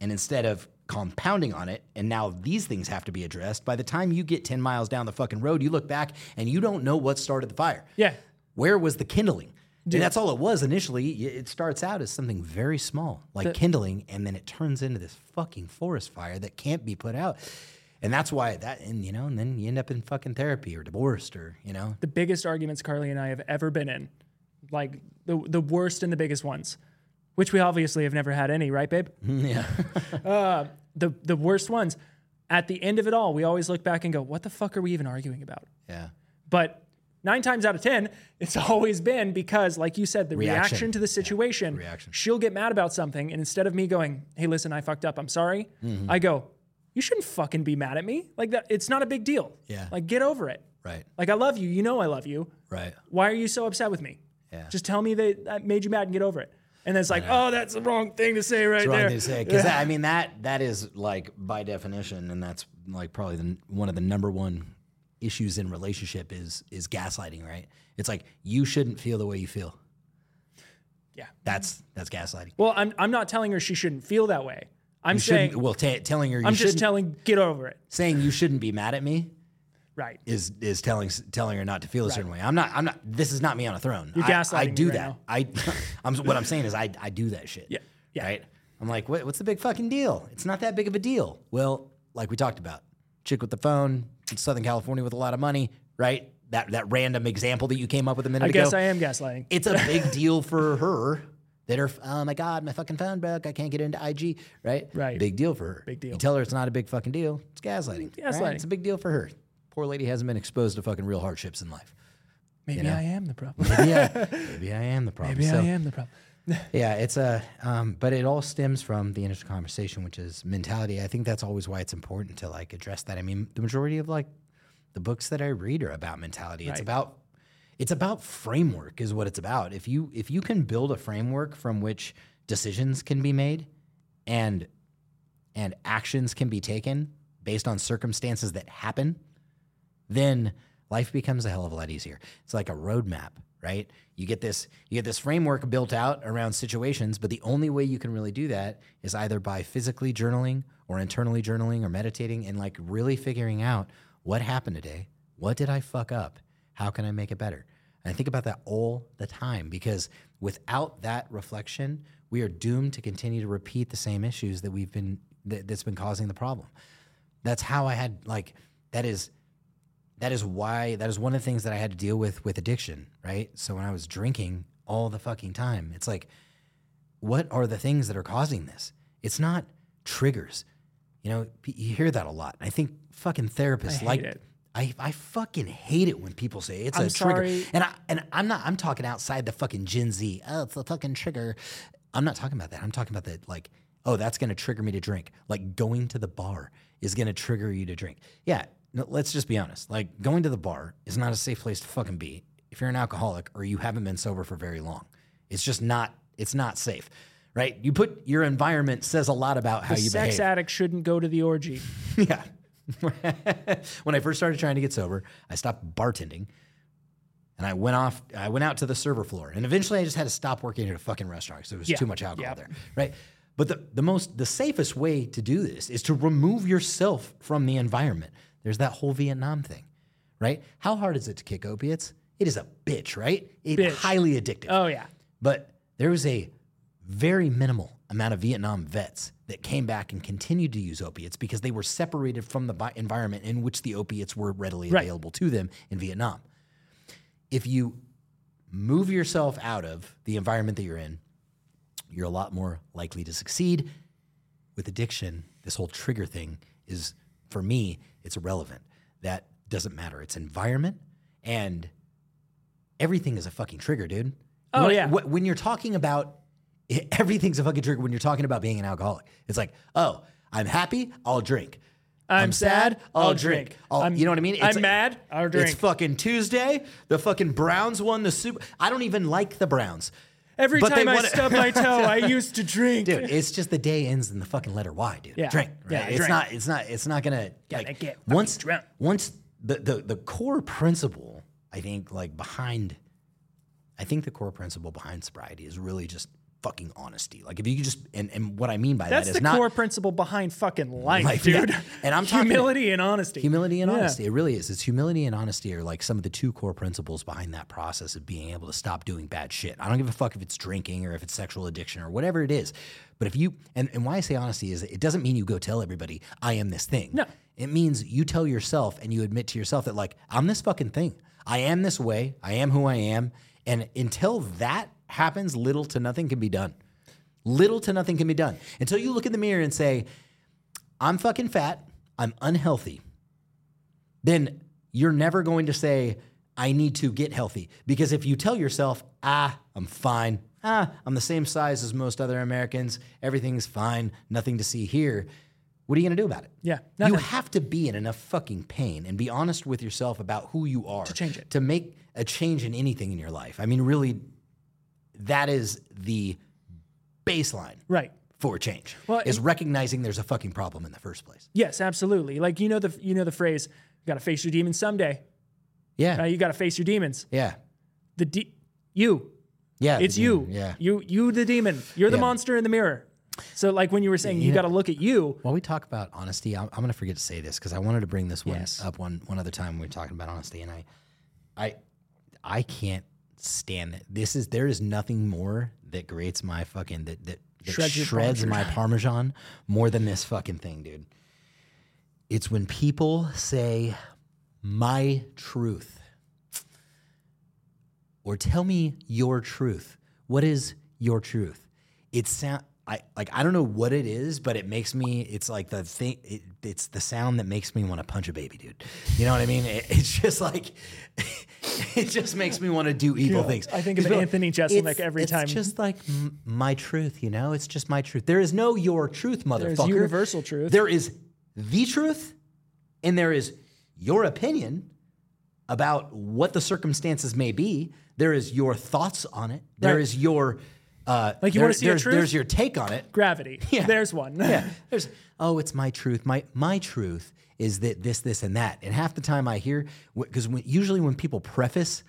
Speaker 1: and instead of compounding on it, and now these things have to be addressed, by the time you get 10 miles down the fucking road, you look back and you don't know what started the fire.
Speaker 2: Yeah.
Speaker 1: Where was the kindling? And that's all it was initially. Y- It starts out as something very small, like kindling, and then it turns into this fucking forest fire that can't be put out. And that's why that, and you know, and then you end up in fucking therapy or divorced or, you know,
Speaker 2: The biggest arguments Carly and I have ever been in, like the the worst and the biggest ones, which we obviously have never had any, right, babe? Uh,
Speaker 1: yeah.
Speaker 2: The the worst ones. At the end of it all, we always look back and go, "What the fuck are we even arguing about?"
Speaker 1: yeah.
Speaker 2: But nine times out of 10, it's always been because, like you said, the reaction,
Speaker 1: Reaction.
Speaker 2: to the situation,
Speaker 1: reaction.
Speaker 2: she'll get mad about something. And instead of me going, hey, listen, I fucked up, I'm sorry,
Speaker 1: Mm-hmm.
Speaker 2: I go, you shouldn't fucking be mad at me. Like that, it's not a big deal.
Speaker 1: Yeah.
Speaker 2: Like, get over it.
Speaker 1: Right.
Speaker 2: Like, I love you. You know I love you.
Speaker 1: Right.
Speaker 2: Why are you so upset with me?
Speaker 1: Yeah.
Speaker 2: Just tell me that that made you mad and get over it. And then it's like, oh, that's the wrong thing to say right
Speaker 1: It's wrong
Speaker 2: there.
Speaker 1: thing to say because I mean that that is like by definition, and that's like probably the, n- one of the number one issues in relationship is is gaslighting, right? It's like you shouldn't feel the way you feel.
Speaker 2: Yeah.
Speaker 1: That's that's gaslighting.
Speaker 2: Well, I'm, I'm not telling her she shouldn't feel that way. I'm
Speaker 1: You
Speaker 2: saying,
Speaker 1: shouldn't. Well, ta telling her you
Speaker 2: I'm
Speaker 1: shouldn't
Speaker 2: just telling, get over it.
Speaker 1: saying you shouldn't be mad at me
Speaker 2: Right.
Speaker 1: is is telling telling her not to feel a certain way. I'm not. I'm not. This is not me on a throne. You're I, I
Speaker 2: gaslighting me
Speaker 1: do
Speaker 2: right
Speaker 1: that.
Speaker 2: now.
Speaker 1: I. I'm. What I'm saying is I. I do that shit.
Speaker 2: Yeah. Yeah.
Speaker 1: Right. I'm like, what, what's the big fucking deal? It's not that big of a deal. Well, like we talked about, chick with the phone, in Southern California with a lot of money, right? That that random example that you came up with a minute
Speaker 2: I
Speaker 1: ago
Speaker 2: guess I am gaslighting.
Speaker 1: it's a big deal for her that her oh my god my fucking phone broke I can't get into IG right
Speaker 2: Right.
Speaker 1: big deal for her big
Speaker 2: deal.
Speaker 1: you tell her it's not a big fucking deal it's gaslighting right?
Speaker 2: Gaslighting.
Speaker 1: it's a big deal for her poor lady hasn't been exposed to fucking real hardships in life
Speaker 2: Maybe I am the problem.
Speaker 1: yeah maybe I am the problem
Speaker 2: Maybe
Speaker 1: So,
Speaker 2: I am the problem.
Speaker 1: yeah it's a um, but it all stems from the initial conversation which is mentality I think that's always why it's important to like address that I mean the majority of like the books that I read are about mentality it's
Speaker 2: Right.
Speaker 1: about it's about framework is what it's about if you if you can build a framework from which decisions can be made and and actions can be taken based on circumstances that happen then life becomes a hell of a lot easier it's like a roadmap right you get this you get this framework built out around situations but the only way you can really do that is either by physically journaling or internally journaling or meditating and like really figuring out what happened today what did i fuck up how can I make it better? And I think about that all the time because without that reflection, we are doomed to continue to repeat the same issues that we've been that, that's been causing the problem. That's how I had like that is that is why that is one of the things that I had to deal with with addiction, right? So when I was drinking all the fucking time, it's like what are the things that are causing this? It's not triggers. You know, p- you hear that a lot. I think fucking therapists
Speaker 2: hate
Speaker 1: like
Speaker 2: it.
Speaker 1: I, I fucking hate it when people say it's
Speaker 2: I'm
Speaker 1: a trigger.
Speaker 2: sorry.
Speaker 1: And I and I'm not I'm talking outside the fucking Gen Z. Oh, it's a fucking trigger. I'm not talking about that. I'm talking about the like, oh, that's gonna trigger me to drink. Like going to the bar is gonna trigger you to drink. Yeah. No, let's just be honest. Like going to the bar is not a safe place to fucking be if you're an alcoholic or you haven't been sober for very long. It's just not it's not safe. right? You put your environment says a lot about how you
Speaker 2: Sex
Speaker 1: behave.
Speaker 2: addicts shouldn't go to the orgy.
Speaker 1: Yeah. when I first started trying to get sober, I stopped bartending and I went off I went out to the server floor. And eventually I just had to stop working at a fucking restaurant because there was
Speaker 2: Yeah.
Speaker 1: too much alcohol
Speaker 2: Yeah.
Speaker 1: there. Right. But the, the most the safest way to do this is to remove yourself from the environment. There's that whole Vietnam thing, right? How hard is it to kick opiates? It is a bitch, right? It's
Speaker 2: Bitch.
Speaker 1: highly addictive.
Speaker 2: Oh yeah.
Speaker 1: But there was a very minimal amount of Vietnam vets that came back and continued to use opiates because they were separated from the bi- environment in which the opiates were readily
Speaker 2: Right.
Speaker 1: available to them in Vietnam. If you move yourself out of the environment that you're in, you're a lot more likely to succeed. With addiction, this whole trigger thing is, for me, it's irrelevant. That doesn't matter. It's environment and everything is a fucking trigger, dude.
Speaker 2: Oh,
Speaker 1: When-
Speaker 2: yeah.
Speaker 1: wh- When you're talking about everything's a fucking trigger when you're talking about being an alcoholic, it's like, oh, I'm happy, I'll drink.
Speaker 2: I'm
Speaker 1: sad,
Speaker 2: sad,
Speaker 1: I'll
Speaker 2: I'll
Speaker 1: drink.
Speaker 2: drink.
Speaker 1: I'll,
Speaker 2: I'm-
Speaker 1: you know what I mean?
Speaker 2: I'm mad, I'll drink.
Speaker 1: It's fucking Tuesday. The fucking Browns won the Super. I don't even like the Browns.
Speaker 2: Every
Speaker 1: But they
Speaker 2: time I
Speaker 1: wanna-
Speaker 2: stub my toe, I used to drink.
Speaker 1: Dude, it's just the day ends in the fucking letter Y, dude.
Speaker 2: Yeah.
Speaker 1: Drink. Right?
Speaker 2: Yeah,
Speaker 1: it's
Speaker 2: drink.
Speaker 1: not. It's not. It's not gonna.
Speaker 2: they
Speaker 1: Like,
Speaker 2: get fucking
Speaker 1: once
Speaker 2: drunk.
Speaker 1: once the, the the core principle, I think, like behind, I think the core principle behind sobriety is really just fucking honesty. Like if you could just and and what I mean by
Speaker 2: That's
Speaker 1: that is
Speaker 2: the
Speaker 1: not
Speaker 2: core principle behind fucking life,
Speaker 1: Life, yeah.
Speaker 2: dude.
Speaker 1: And I'm talking-
Speaker 2: humility and honesty.
Speaker 1: humility and
Speaker 2: Yeah.
Speaker 1: honesty. It really is. It's humility and honesty are like some of the two core principles behind that process of being able to stop doing bad shit. I don't give a fuck if it's drinking or if it's sexual addiction or whatever it is. But if you and, and why I say honesty is it doesn't mean you go tell everybody I am this thing.
Speaker 2: No.
Speaker 1: It means you tell yourself and you admit to yourself that like I'm this fucking thing. I am this way. I am who I am. And until that happens, little to nothing can be done. Little to nothing can be done. Until you look in the mirror and say, I'm fucking fat, I'm unhealthy, then you're never going to say, I need to get healthy. Because if you tell yourself, ah, I'm fine, ah, I'm the same size as most other Americans, everything's fine, nothing to see here, what are you gonna do about it?
Speaker 2: Yeah,
Speaker 1: You
Speaker 2: nothing.
Speaker 1: have to be in enough fucking pain and be honest with yourself about who you are to
Speaker 2: change it.
Speaker 1: to make a change in anything in your life. I mean, really, that is the baseline
Speaker 2: Right.
Speaker 1: for change.
Speaker 2: Well,
Speaker 1: is recognizing there's a fucking problem in the first place.
Speaker 2: Yes, absolutely. Like you know the you know the phrase, you gotta face your demons someday.
Speaker 1: Yeah,
Speaker 2: Uh, you gotta face your demons.
Speaker 1: yeah,
Speaker 2: The de- you.
Speaker 1: yeah.
Speaker 2: It's
Speaker 1: the
Speaker 2: you.
Speaker 1: demon, Yeah.
Speaker 2: You you the demon. You're the monster in the mirror. So like when you were saying you gotta look at you.
Speaker 1: While we talk about honesty, I'm, I'm going to forget to say this because I wanted to bring this one
Speaker 2: Yes.
Speaker 1: up one one other time when we were talking about honesty, and I, I, I can't stand it. This is there is nothing more that grates my fucking that that, that
Speaker 2: Shreds your
Speaker 1: shreds my parmesan more than this fucking thing, dude. It's when people say my truth or tell me your truth. What is your truth? It sound I like I don't know what it is, but it makes me. It's like the thing. It, it's the sound that makes me want to punch a baby, dude. You know what I mean? It- it's just like it just makes me want to do evil things.
Speaker 2: I think of
Speaker 1: Just be
Speaker 2: Anthony Jeselnik
Speaker 1: "It's-
Speaker 2: every time."
Speaker 1: It's just like m- my truth, you know. It's just my truth. There is no your truth, motherfucker.
Speaker 2: universal truth.
Speaker 1: There is the truth, and there is your opinion about what the circumstances may be. There is your thoughts on it. There
Speaker 2: Right.
Speaker 1: is your uh,
Speaker 2: Like, you
Speaker 1: there-
Speaker 2: wanna see a
Speaker 1: there's,
Speaker 2: truth?
Speaker 1: There's your take on it.
Speaker 2: Gravity. There's one.
Speaker 1: Yeah. There's oh, it's my truth. My my truth is that this this and that. And half the time I hear because when, usually when people preface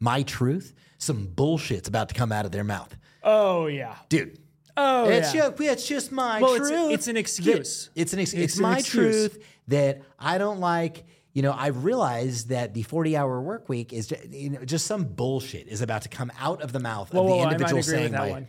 Speaker 1: my truth, some bullshit's about to come out of their mouth,
Speaker 2: oh yeah.
Speaker 1: dude.
Speaker 2: Oh
Speaker 1: It's
Speaker 2: yeah.
Speaker 1: just, it's just my
Speaker 2: Well, it's-
Speaker 1: truth.
Speaker 2: it's an excuse.
Speaker 1: Yeah, It's an excuse. It's,
Speaker 2: It's an
Speaker 1: my
Speaker 2: excuse.
Speaker 1: truth that I don't like. You know, I've realized that the 40 hour work week is just, you know, just some bullshit is about to come out of the mouth
Speaker 2: Whoa,
Speaker 1: of
Speaker 2: whoa,
Speaker 1: the
Speaker 2: I might
Speaker 1: individual
Speaker 2: agree
Speaker 1: saying
Speaker 2: with that
Speaker 1: my-
Speaker 2: one,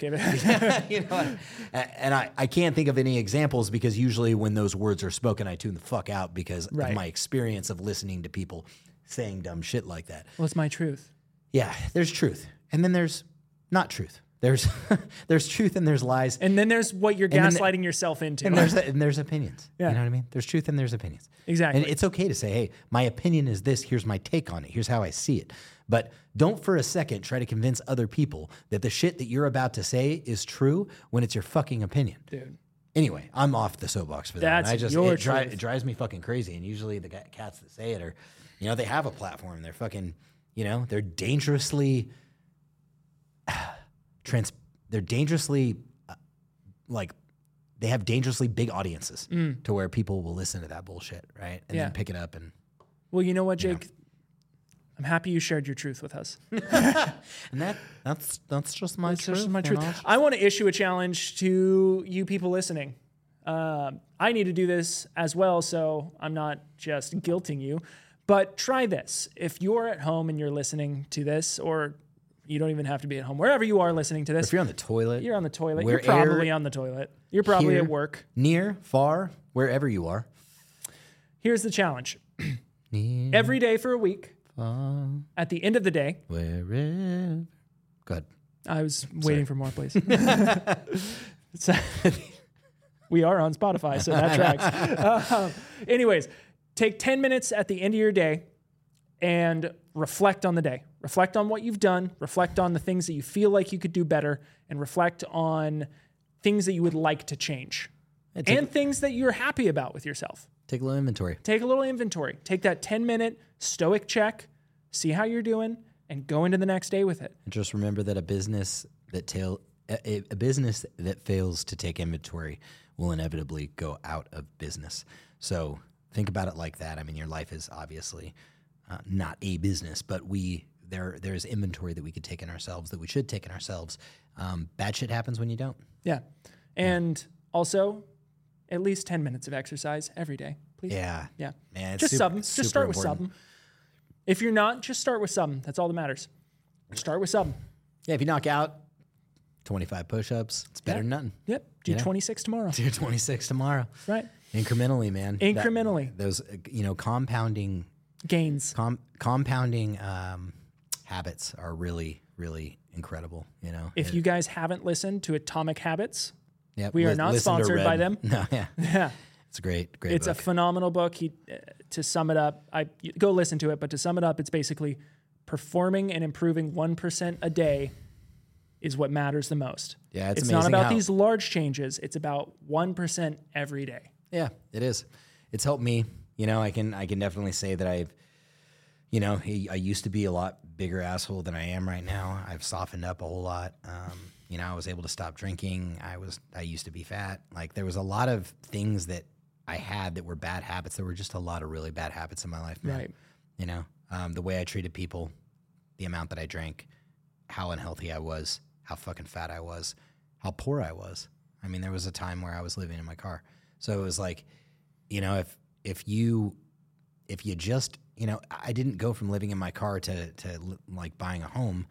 Speaker 2: Kevin.
Speaker 1: you know, and- and I, I can't think of any examples because usually when those words are spoken, I tune the fuck out because of
Speaker 2: Right.
Speaker 1: my experience of listening to people saying dumb shit like that.
Speaker 2: well, it's my truth.
Speaker 1: Yeah, there's truth, and then there's not truth. There's there's truth and there's lies, and
Speaker 2: And then there's what you're
Speaker 1: then the-
Speaker 2: gaslighting yourself into.
Speaker 1: there's and there's opinions.
Speaker 2: Yeah.
Speaker 1: You know what I mean? There's truth and there's opinions.
Speaker 2: Exactly.
Speaker 1: And it's okay to say, hey, my opinion is this. Here's my take on it. Here's how I see it. But don't for a second try to convince other people that the shit that you're about to say is true when it's your fucking opinion.
Speaker 2: Dude.
Speaker 1: Anyway, I'm off the soapbox for that.
Speaker 2: That's
Speaker 1: one. I just
Speaker 2: your
Speaker 1: it, dri-
Speaker 2: truth.
Speaker 1: it drives me fucking crazy. And usually the ga- cats that say it are, you know, they have a platform. They're fucking, you know, they're dangerously trans. They're dangerously like they have dangerously big audiences to where people will listen to that bullshit, right? And
Speaker 2: Mm. Yeah.
Speaker 1: then pick it up and
Speaker 2: Well, you know what, Jake? I'm happy you shared your truth with us.
Speaker 1: and that that's that's just my
Speaker 2: That's just my truth. I want to issue a challenge to you people listening. Um, I need to do this as well, so I'm not just guilting you. But try this. If you're at home and you're listening to this, or you don't even have to be at home, wherever you are listening to this,
Speaker 1: If you're on the toilet,
Speaker 2: you're on the toilet.
Speaker 1: Where
Speaker 2: You're probably
Speaker 1: air-
Speaker 2: on the toilet. You're probably
Speaker 1: here-
Speaker 2: at work.
Speaker 1: near, far, wherever you are,
Speaker 2: Here's the challenge
Speaker 1: near,
Speaker 2: every day for a week,
Speaker 1: far,
Speaker 2: at the end of the day,
Speaker 1: wherever. Good.
Speaker 2: I was waiting for more, please. So- we are on Spotify, so that tracks. Um, anyways, take 10 minutes at the end of your day and reflect on the day. Reflect on what you've done, reflect on the things that you feel like you could do better, and reflect on things that you would like to change
Speaker 1: Hey, take,
Speaker 2: and things that you're happy about with yourself.
Speaker 1: take a little inventory.
Speaker 2: Take a little inventory, take that 10 minute stoic check, see how you're doing, and go into the next day with it.
Speaker 1: And just remember that a business that tail a, a business that fails to take inventory will inevitably go out of business. So think about it like that. I mean, your life is obviously uh, not a business, but we there there is inventory that we could take in ourselves that we should take in ourselves. Um, bad shit happens when you don't.
Speaker 2: Yeah. And also, at least 10 minutes of exercise every day, please.
Speaker 1: Yeah,
Speaker 2: Yeah.
Speaker 1: man. it's
Speaker 2: Just
Speaker 1: super-
Speaker 2: something.
Speaker 1: super
Speaker 2: Just start with
Speaker 1: important.
Speaker 2: something. If you're not, just start with something. That's all that matters. Start with something.
Speaker 1: Yeah, if you knock out twenty five push ups, it's better
Speaker 2: Yeah.
Speaker 1: than nothing.
Speaker 2: Yep. Do
Speaker 1: Yeah.
Speaker 2: 26 tomorrow.
Speaker 1: Do twenty six tomorrow.
Speaker 2: Right.
Speaker 1: Incrementally, man. That-
Speaker 2: Incrementally.
Speaker 1: those, uh, you know, compounding
Speaker 2: Gains.
Speaker 1: com- compounding um, habits are really really incredible you know
Speaker 2: If you guys haven't listened to Atomic Habits,
Speaker 1: yeah,
Speaker 2: we are
Speaker 1: li-
Speaker 2: not
Speaker 1: listen to
Speaker 2: sponsored
Speaker 1: Red.
Speaker 2: by them.
Speaker 1: no yeah
Speaker 2: yeah,
Speaker 1: it's a great great
Speaker 2: it's a
Speaker 1: book.
Speaker 2: phenomenal book. He, uh, to sum it up, I you- go listen to it. But to sum it up, it's basically performing and improving one percent a day is what matters the most.
Speaker 1: yeah it's,
Speaker 2: it's
Speaker 1: amazing
Speaker 2: not about
Speaker 1: how-
Speaker 2: these large changes. It's about 1% every day.
Speaker 1: yeah it is it's helped me you know i can i can definitely say that i've you know I I used to be a lot bigger asshole than i am right now i've softened up a whole lot um, you know i was able to stop drinking i was i used to be fat like there was a lot of things that i had that were bad habits there were just a lot of really bad habits in my life man.
Speaker 2: Right.
Speaker 1: you know um, the way i treated people the amount that i drank how unhealthy i was how fucking fat i was how poor i was i mean there was a time where i was living in my car so it was like you know if if you if you just you know i didn't go from living in my car to to li- like buying a home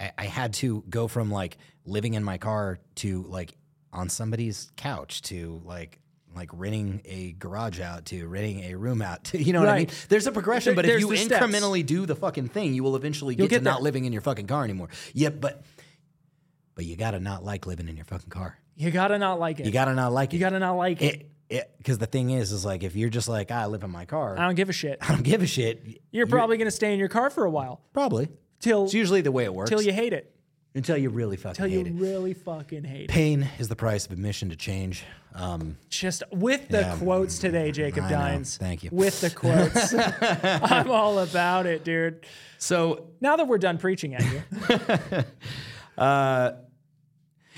Speaker 1: I, I had to go from like living in my car to like on somebody's couch to like like renting a garage out to renting a room out to you know what i mean
Speaker 2: Right.
Speaker 1: there's a progression
Speaker 2: There-
Speaker 1: but if
Speaker 2: there's
Speaker 1: you
Speaker 2: the steps.
Speaker 1: incrementally do the fucking thing you will eventually get,
Speaker 2: You'll
Speaker 1: to
Speaker 2: get
Speaker 1: not
Speaker 2: there.
Speaker 1: living in your fucking car anymore yeah but but you gotta not like living in your fucking car
Speaker 2: You gotta not like it.
Speaker 1: you
Speaker 2: You,
Speaker 1: gotta not like it
Speaker 2: gotta not like it.
Speaker 1: it because the thing is is like if you're just like "Ah, i live in my car
Speaker 2: I don't give a shit.
Speaker 1: I don't give a shit.
Speaker 2: You're probably gonna stay in your car for a while
Speaker 1: Probably.
Speaker 2: till
Speaker 1: It's usually the way it works.
Speaker 2: till you hate it.
Speaker 1: until you really fucking
Speaker 2: Till you
Speaker 1: hate it.
Speaker 2: really fucking hate it.
Speaker 1: Pain is the price of admission to change. Um,
Speaker 2: Just with the
Speaker 1: Yeah.
Speaker 2: quotes today, Jacob
Speaker 1: I know.
Speaker 2: Dines.
Speaker 1: Thank you.
Speaker 2: With the quotes. I'm all about it, dude.
Speaker 1: so
Speaker 2: Now that we're done preaching at you,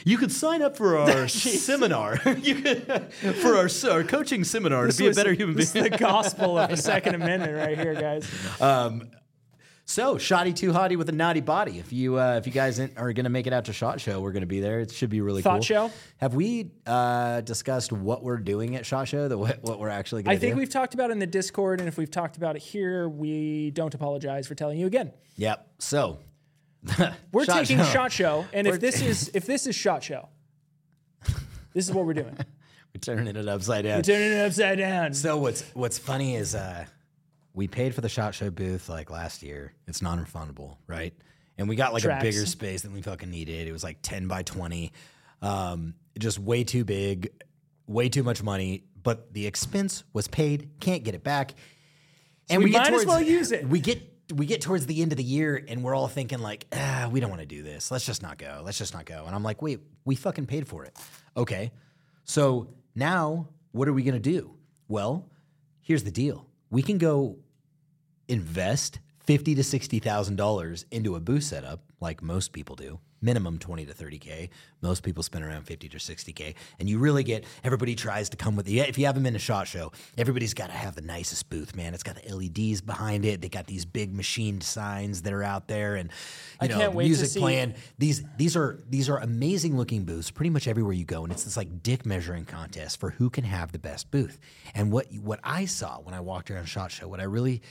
Speaker 1: you could sign up for our seminar, you could, for our, our coaching seminar to be a
Speaker 2: this-
Speaker 1: better human being.
Speaker 2: this is the gospel of the Second Amendment right here, guys.
Speaker 1: So, shoddy too hottie with a naughty body. If you uh, if you guys in- are gonna make it out to Shot Show, we're gonna be there. It should be really
Speaker 2: Thought
Speaker 1: cool.
Speaker 2: Show?
Speaker 1: Have we uh, discussed what we're doing at Shot Show? The what, what we're actually gonna
Speaker 2: I think
Speaker 1: do?
Speaker 2: we've talked about it in the Discord, and if we've talked about it here, we don't apologize for telling you again.
Speaker 1: Yep. So
Speaker 2: We're
Speaker 1: Shot
Speaker 2: taking
Speaker 1: Show.
Speaker 2: shot show, and
Speaker 1: We're-
Speaker 2: if this is if this is shot show, this is what we're doing.
Speaker 1: we're turning it upside down.
Speaker 2: Turning it upside down.
Speaker 1: So what's what's funny is uh, we paid for the shot show booth like last year. It's non-refundable, right? And we got like
Speaker 2: Tracks.
Speaker 1: a bigger space than we fucking needed. It was like ten by twenty, um, just way too big, way too much money. But the expense was paid. Can't get it back. And
Speaker 2: we might as well use it.
Speaker 1: We get we get towards the end of the year, and we're all thinking like, ah, we don't want to do this. Let's just not go. Let's just not go. And I'm like, wait, we fucking paid for it. Okay, so now what are we gonna do? Well, here's the deal: we can go invest fifty to sixty thousand dollars into a booth setup, like most people do, minimum 20 to 30K. Most people spend around 50 to 60K. And you really get everybody tries to come with the, if you haven't been to SHOT Show, everybody's got to have the nicest booth, man. It's got the LEDs behind it. They got these big machined signs that are out there and, you know,
Speaker 2: can't wait to
Speaker 1: music
Speaker 2: see-
Speaker 1: playing. These these are these are amazing looking booths pretty much everywhere you go, and it's this like dick measuring contest for who can have the best booth. And what what I saw when I walked around Shot Show, what I really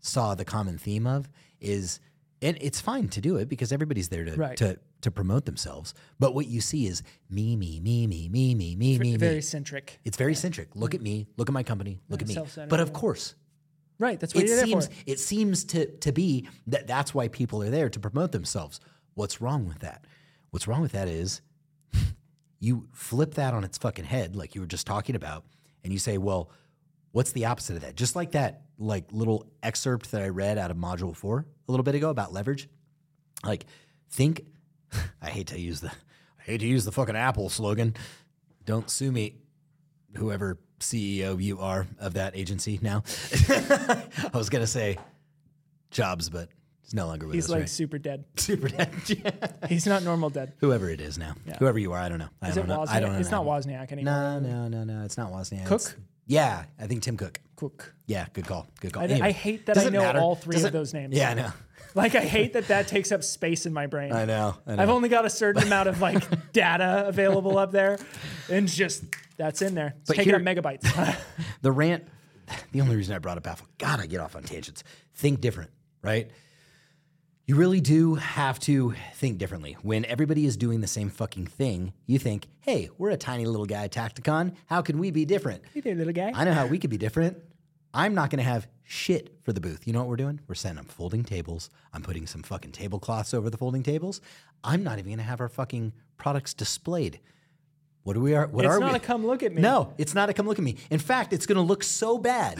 Speaker 1: saw the common theme of is, and it's fine to do it because everybody's there to
Speaker 2: Right.
Speaker 1: to to promote themselves. But what you see is me me me me me me me me
Speaker 2: Very
Speaker 1: me.
Speaker 2: centric.
Speaker 1: It's very centric. Look at me. Look at my company. Look at me.
Speaker 2: self-centered,
Speaker 1: But of course,
Speaker 2: Right. That's what
Speaker 1: it
Speaker 2: you're there
Speaker 1: seems
Speaker 2: for.
Speaker 1: it seems to to be that that's why people are there to promote themselves. What's wrong with that? What's wrong with that is you flip that on its fucking head like you were just talking about and you say, "Well, what's the opposite of that?" Just like that like little excerpt that I read out of module 4 a little bit ago about leverage. Like think I hate to use the I hate to use the fucking Apple slogan. Don't sue me whoever CEO you are of that agency now. I was gonna say Jobs, but it's no longer with
Speaker 2: He's
Speaker 1: us.
Speaker 2: like
Speaker 1: right?
Speaker 2: super dead.
Speaker 1: super dead.
Speaker 2: He's not normal dead.
Speaker 1: whoever it is now, whoever you are, I don't know. I
Speaker 2: Is
Speaker 1: don't
Speaker 2: it
Speaker 1: know.
Speaker 2: Wozniak?
Speaker 1: I don't know.
Speaker 2: It's not Wozniak anymore.
Speaker 1: No, no, no, no. It's not Wozniak.
Speaker 2: Cook?
Speaker 1: It's- yeah, I think Tim Cook.
Speaker 2: Cook.
Speaker 1: Yeah, good call. Good call.
Speaker 2: I,
Speaker 1: Anyway,
Speaker 2: I hate that I
Speaker 1: doesn't
Speaker 2: know
Speaker 1: matter.
Speaker 2: all 3
Speaker 1: Doesn't-
Speaker 2: of those names.
Speaker 1: Yeah, I know.
Speaker 2: Like I hate that that takes up space in my brain.
Speaker 1: I know. I know.
Speaker 2: I've only got a certain amount of like data available up there, and just that's in there. It's taking
Speaker 1: here-
Speaker 2: up megabytes.
Speaker 1: the rant the only reason i brought up apple god i get off on tangents think different right you really do have to think differently when everybody is doing the same fucking thing you think hey we're a tiny little guy at tacticon how can we be different
Speaker 2: you there, little guy.
Speaker 1: i know how we could be different i'm not going to have shit for the booth you know what we're doing we're setting up folding tables i'm putting some fucking tablecloths over the folding tables i'm not even going to have our fucking products displayed what are we are what
Speaker 2: it's
Speaker 1: are
Speaker 2: not
Speaker 1: we
Speaker 2: a come look at me.
Speaker 1: no, it's not a come look at me. In fact, it's going to look so bad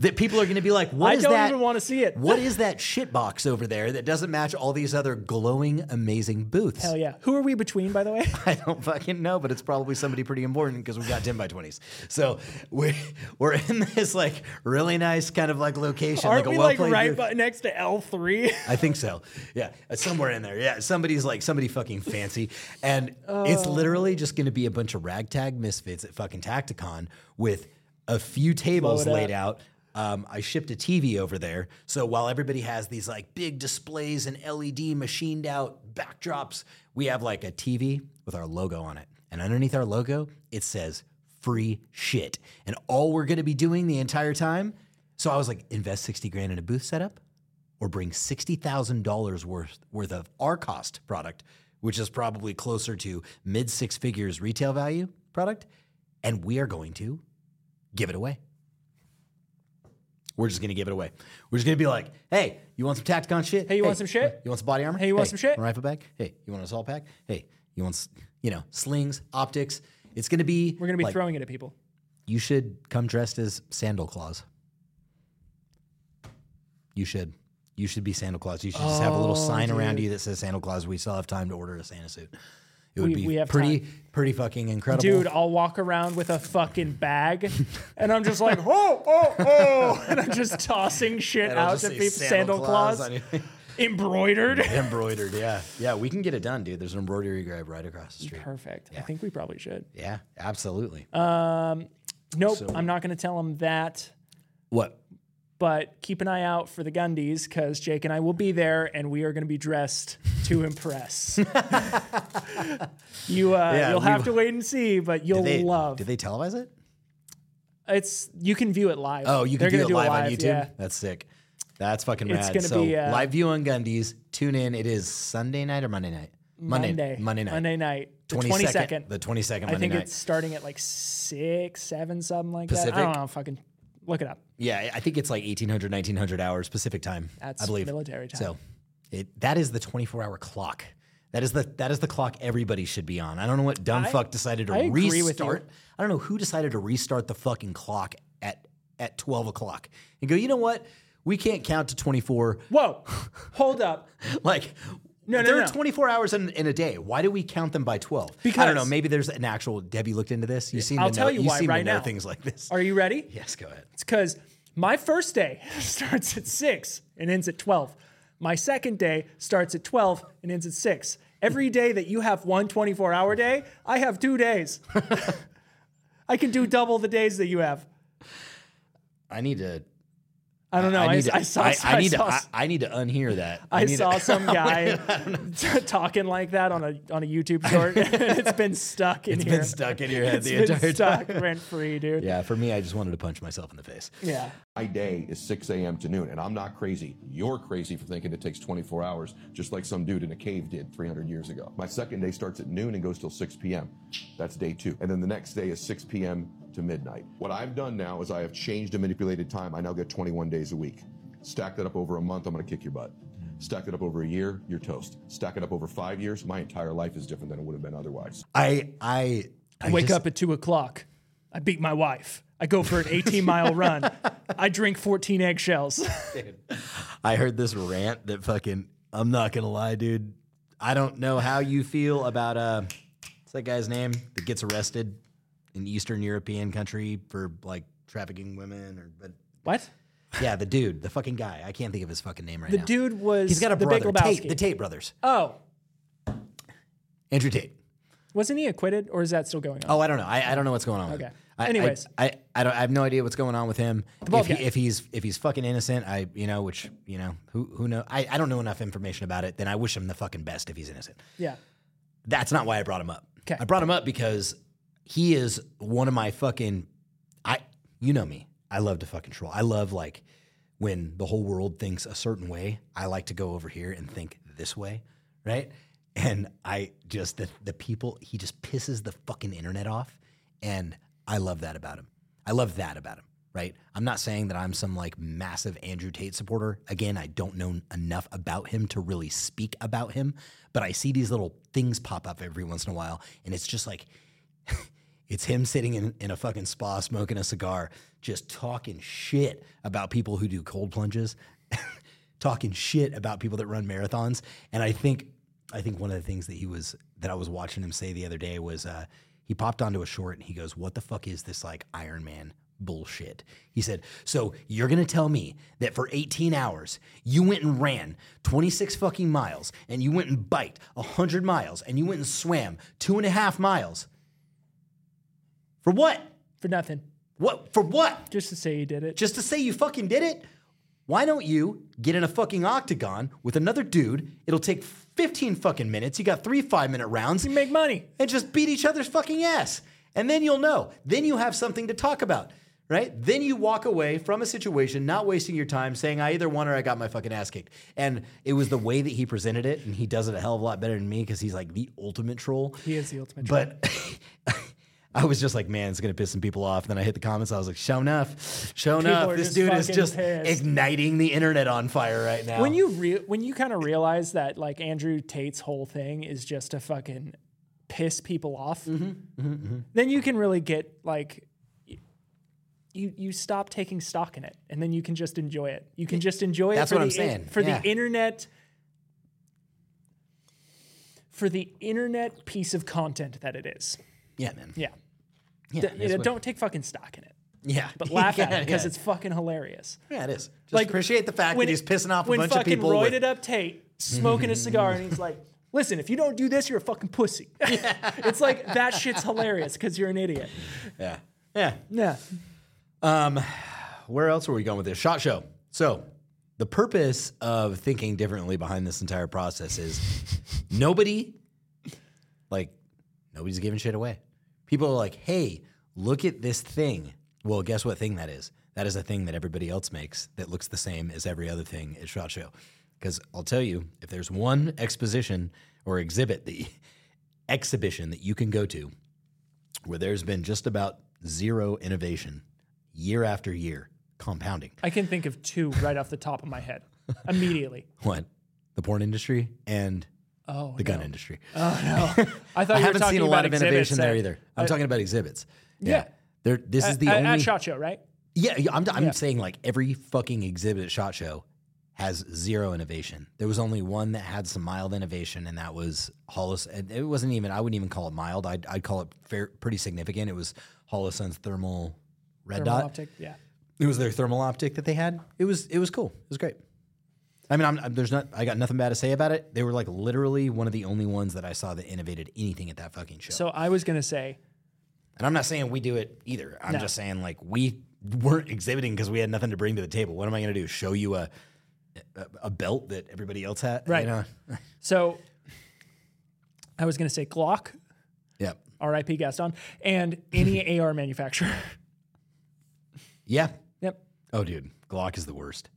Speaker 1: that people are going to be like, "What
Speaker 2: I
Speaker 1: is
Speaker 2: don't
Speaker 1: that?
Speaker 2: even want to see it.
Speaker 1: what is that shit box over there that doesn't match all these other glowing, amazing booths?"
Speaker 2: Hell yeah. Who are we between, by the way?
Speaker 1: I don't fucking know, but it's probably somebody pretty important because we've got ten by twenties. So we we're in this like really nice kind of like location,
Speaker 2: Aren't
Speaker 1: like a
Speaker 2: we
Speaker 1: well
Speaker 2: like
Speaker 1: played
Speaker 2: right
Speaker 1: booth.
Speaker 2: bu- next to L three?
Speaker 1: I think so. Yeah, uh, somewhere in there. Yeah, somebody's like somebody fucking fancy, and
Speaker 2: Oh.
Speaker 1: it's literally just going to be a bunch of ragtag misfits at fucking Tacticon with a few tables
Speaker 2: Blow it
Speaker 1: laid out. Um, I shipped a TV over there, so while everybody has these like big displays and LED machined out backdrops, we have like a TV with our logo on it, and underneath our logo it says free shit, and all we're going to be doing the entire time. So I was like, invest sixty grand in a booth setup or bring sixty thousand dollars worth worth of our cost product, which is probably closer to mid six figures retail value product, and we are going to give it away. We're just gonna give it away. We're just gonna be like, hey, you want some Tacticon shit?
Speaker 2: Hey, you want some shit?
Speaker 1: You want some body armor?
Speaker 2: Hey, you want some shit?
Speaker 1: a Rifle pack? Hey, you want an assault pack? Hey, you want s- you know slings, optics? It's gonna be
Speaker 2: We're gonna be
Speaker 1: like,
Speaker 2: throwing it at people.
Speaker 1: You should come dressed as Sandal Claus. You should. You should be Santa Claus. You should just have a little
Speaker 2: Oh,
Speaker 1: sign around you that says Santa Claus. We still have time to order a Santa suit. It would
Speaker 2: We-
Speaker 1: be
Speaker 2: we have
Speaker 1: pretty, pretty fucking incredible.
Speaker 2: Dude, I'll walk around with a fucking bag and I'm just like, oh, oh, oh. And I'm just tossing shit
Speaker 1: It'll
Speaker 2: out
Speaker 1: just
Speaker 2: to
Speaker 1: say
Speaker 2: people. Sandal Claus
Speaker 1: on your-
Speaker 2: embroidered.
Speaker 1: embroidered. Yeah, yeah, we can get it done, dude. There's an embroidery grab right across the street.
Speaker 2: Perfect. I think we probably should.
Speaker 1: Yeah, absolutely.
Speaker 2: Uh, Nope, I'm not going to tell them that.
Speaker 1: what?
Speaker 2: But keep an eye out for the Gundies because Jake and I will be there, and we are going to be dressed to impress. you, uh,
Speaker 1: we
Speaker 2: you'll have
Speaker 1: w-
Speaker 2: to wait and see, but you'll
Speaker 1: They,
Speaker 2: love.
Speaker 1: Did they televise it?
Speaker 2: It's you can view it live.
Speaker 1: Oh, you
Speaker 2: They're
Speaker 1: can do
Speaker 2: gonna
Speaker 1: it live, on YouTube.
Speaker 2: yeah.
Speaker 1: That's sick. That's fucking
Speaker 2: It's
Speaker 1: rad.
Speaker 2: gonna
Speaker 1: so
Speaker 2: be, uh,
Speaker 1: live view on Gundy's. Tune in. It is Sunday night or Monday night.
Speaker 2: Monday,
Speaker 1: Monday night.
Speaker 2: Monday night, the
Speaker 1: 22nd,
Speaker 2: 22nd.
Speaker 1: The twenty second
Speaker 2: I
Speaker 1: Monday
Speaker 2: think
Speaker 1: night.
Speaker 2: it's starting at like six, seven, something like that. I
Speaker 1: Pacific?
Speaker 2: don't know. Fucking look it up.
Speaker 1: yeah, I- I think it's like 1800, 1900 hours Pacific time.
Speaker 2: That's
Speaker 1: I believe
Speaker 2: military time.
Speaker 1: So it that is the twenty four hour clock. That is the that is the clock everybody should be on. I don't know what dumb fuck decided to
Speaker 2: I agree with you.
Speaker 1: restart. I don't know who decided to restart the fucking clock at at twelve o'clock and go. You know what? We can't count to twenty four.
Speaker 2: Whoa, hold up.
Speaker 1: Like,
Speaker 2: No, no,
Speaker 1: there are
Speaker 2: no.
Speaker 1: 24 hours in, in a day. Why do we count them by 12? I don't know.
Speaker 2: Because-
Speaker 1: Maybe there's an actual. Debbie looked into this. You've seen.
Speaker 2: I'll
Speaker 1: to
Speaker 2: tell
Speaker 1: know,
Speaker 2: you
Speaker 1: you've
Speaker 2: why
Speaker 1: seen to
Speaker 2: right
Speaker 1: know
Speaker 2: now.
Speaker 1: Things like this.
Speaker 2: Are you ready?
Speaker 1: yes, go ahead.
Speaker 2: It's because my first day starts at six and ends at 12. My second day starts at 12 and ends at six. Every day that you have one 24 hour day, I have two days. I can do double the days that you have.
Speaker 1: I need to.
Speaker 2: I don't know. I,
Speaker 1: I need
Speaker 2: I,
Speaker 1: to.
Speaker 2: saw, I,
Speaker 1: I, I need
Speaker 2: saw,
Speaker 1: to. I, I need to unhear that.
Speaker 2: I
Speaker 1: need
Speaker 2: saw
Speaker 1: To,
Speaker 2: some guy talking like that on a on a YouTube short. it's been stuck in
Speaker 1: it's
Speaker 2: here.
Speaker 1: been stuck in your head
Speaker 2: It's
Speaker 1: the
Speaker 2: been
Speaker 1: entire time.
Speaker 2: stuck rent free, dude.
Speaker 1: Yeah, for me, I just wanted to punch myself in the face.
Speaker 2: yeah.
Speaker 3: My day is 6 a.m. to noon, and I'm not crazy. You're crazy for thinking it takes 24 hours, just like some dude in a cave did 300 years ago. My second day starts at noon and goes till 6 p.m. That's day two. And then the next day is 6 p.m. to midnight. What I've done now is I have changed and manipulated time. I now get 21 days a week. Stack that up over a month, I'm gonna kick your butt. Stack it up over a year, you're toast. Stack it up over five years, my entire life is different than it would have been otherwise.
Speaker 1: I I, I
Speaker 2: wake
Speaker 1: just-
Speaker 2: up at two o'clock. I beat my wife. I go for an 18 mile run. I drink 14 eggshells.
Speaker 1: I heard this rant that fucking. I'm not gonna lie, dude. I don't know how you feel about uh, what's that guy's name that gets arrested in Eastern European country for like trafficking women or but
Speaker 2: What?
Speaker 1: yeah, the dude, the fucking guy. I can't think of his fucking name right
Speaker 2: The
Speaker 1: now.
Speaker 2: dude was
Speaker 1: He's got a
Speaker 2: the
Speaker 1: brother,
Speaker 2: Big Lebowski.
Speaker 1: Tate, the Tate brothers,
Speaker 2: oh,
Speaker 1: Andrew Tate.
Speaker 2: wasn't he acquitted, or is that still going on?
Speaker 1: Oh, I don't know. I, I don't know what's going on. With
Speaker 2: Okay.
Speaker 1: him. I,
Speaker 2: Anyways.
Speaker 1: I, I, I don't. I have no idea what's going on with him.
Speaker 2: bald
Speaker 1: if, he,
Speaker 2: guy.
Speaker 1: if he's if he's fucking innocent, I you know which you know who who know. I, I don't know enough information about it. Then I wish him the fucking best if he's innocent.
Speaker 2: Yeah.
Speaker 1: That's not why I brought him up.
Speaker 2: 'Kay.
Speaker 1: I brought him up because he is one of my fucking. I you know me. I love to fucking troll. I love like when the whole world thinks a certain way. I like to go over here and think this way, right? And I just the the people he just pisses the fucking internet off, and I love that about him. I love that about him. Right. I'm not saying that I'm some like massive Andrew Tate supporter. Again, I don't know enough about him to really speak about him, but I see these little things pop up every once in a while. And it's just like, it's him sitting in, in a fucking spa smoking a cigar, just talking shit about people who do cold plunges, talking shit about people that run marathons. And I think I think one of the things that he was that I was watching him say the other day was uh, he popped onto a short and he goes, "What the fuck is this like Iron Man bullshit?" He said, "So you're gonna tell me that for 18 hours you went and ran 26 fucking miles, and you went and biked 100 miles, and you went and swam two and a half miles." For what?
Speaker 2: For nothing.
Speaker 1: What for what?
Speaker 2: Just to say he did it.
Speaker 1: Just to say you fucking did it? Why don't you get in a fucking octagon with another dude? It'll take 15 fucking minutes. You got 3 5-minute rounds
Speaker 2: You make money.
Speaker 1: and just beat each other's fucking ass. And then you'll know. Then you have something to talk about, right? Then you walk away from a situation, not wasting your time saying, I either won or I got my fucking ass kicked. And it was the way that he presented it. And he does it a hell of a lot better than me because he's like the ultimate troll.
Speaker 2: He is the ultimate.
Speaker 1: But I was just like, man, it's gonna piss some people off. Then I hit the comments. I was like, show enough, show
Speaker 2: are
Speaker 1: enough. This
Speaker 2: just
Speaker 1: dude is
Speaker 2: fucking
Speaker 1: just
Speaker 2: pissed.
Speaker 1: igniting the internet on fire right now.
Speaker 2: when you re- when you kind of realize that like Andrew Tate's whole thing is just to fucking piss people off,
Speaker 1: Mm-hmm,
Speaker 2: then you can really get like y- you you stop taking stock in it, and then you can just enjoy it. You can just enjoy
Speaker 1: That's
Speaker 2: it. for
Speaker 1: what I'm
Speaker 2: the in-
Speaker 1: saying,
Speaker 2: for
Speaker 1: yeah.
Speaker 2: the internet. For the internet piece of content that it is,
Speaker 1: yeah, man,
Speaker 2: yeah.
Speaker 1: yeah,
Speaker 2: D-
Speaker 1: that's what-
Speaker 2: don't take fucking stock in it,
Speaker 1: yeah,
Speaker 2: but laugh
Speaker 1: yeah,
Speaker 2: at it because
Speaker 1: yeah.
Speaker 2: it's fucking hilarious.
Speaker 1: yeah, it is. Just
Speaker 2: Like,
Speaker 1: appreciate the fact that he's pissing off a
Speaker 2: when
Speaker 1: bunch of
Speaker 2: fucking
Speaker 1: people.
Speaker 2: roided
Speaker 1: with-
Speaker 2: up Tate smoking a cigar, and he's like, "Listen, if you don't do this, you're a fucking pussy." it's like that shit's hilarious because you're an idiot.
Speaker 1: yeah, yeah.
Speaker 2: Yeah,
Speaker 1: where else were we going with this shot show so the purpose of thinking differently behind this entire process is nobody like nobody's giving shit away people are like hey look at this thing well guess what thing that is that is a thing that everybody else makes that looks the same as every other thing at shot show because i'll tell you if there's one exposition or exhibit the exhibition that you can go to where there's been just about zero innovation year after year compounding
Speaker 2: I can think of two right off the top of my head immediately.
Speaker 1: what the porn industry and
Speaker 2: Oh,
Speaker 1: the gun industry
Speaker 2: I thought
Speaker 1: i
Speaker 2: you were
Speaker 1: haven't
Speaker 2: talking
Speaker 1: seen a
Speaker 2: about
Speaker 1: lot of innovation
Speaker 2: exhibits
Speaker 1: there
Speaker 2: at-
Speaker 1: either i'm talking about exhibits
Speaker 2: Yeah.
Speaker 1: there, this is the
Speaker 2: Uh, at,
Speaker 1: only
Speaker 2: at Shot Show, right?
Speaker 1: yeah yeah, i'm, I'm saying like every fucking exhibit at shot show has zero innovation there was only one that had some mild innovation and that was hollis and it wasn't even i wouldn't even call it mild i'd, I'd call it fair, pretty significant it was hollison's thermal red
Speaker 2: Thermal
Speaker 1: dot
Speaker 2: optic, Yeah.
Speaker 1: It was their thermal optic that they had. It was it was cool. It was great. I mean, I'm, I'm- there's not. I got nothing bad to say about it. They were like literally one of the only ones that I saw that innovated anything at that fucking show.
Speaker 2: So I was gonna say,
Speaker 1: and I'm not saying we do it either. I'm
Speaker 2: No.
Speaker 1: just saying like we weren't exhibiting because we had nothing to bring to the table. What am I going to do? Show you a, a a belt that everybody else had? You
Speaker 2: Right.
Speaker 1: know?
Speaker 2: so I was gonna say Glock,
Speaker 1: Yep.
Speaker 2: R.I.P. Gaston, and any AR manufacturer.
Speaker 1: Yeah.
Speaker 2: Yep.
Speaker 1: Oh, dude, Glock is the worst.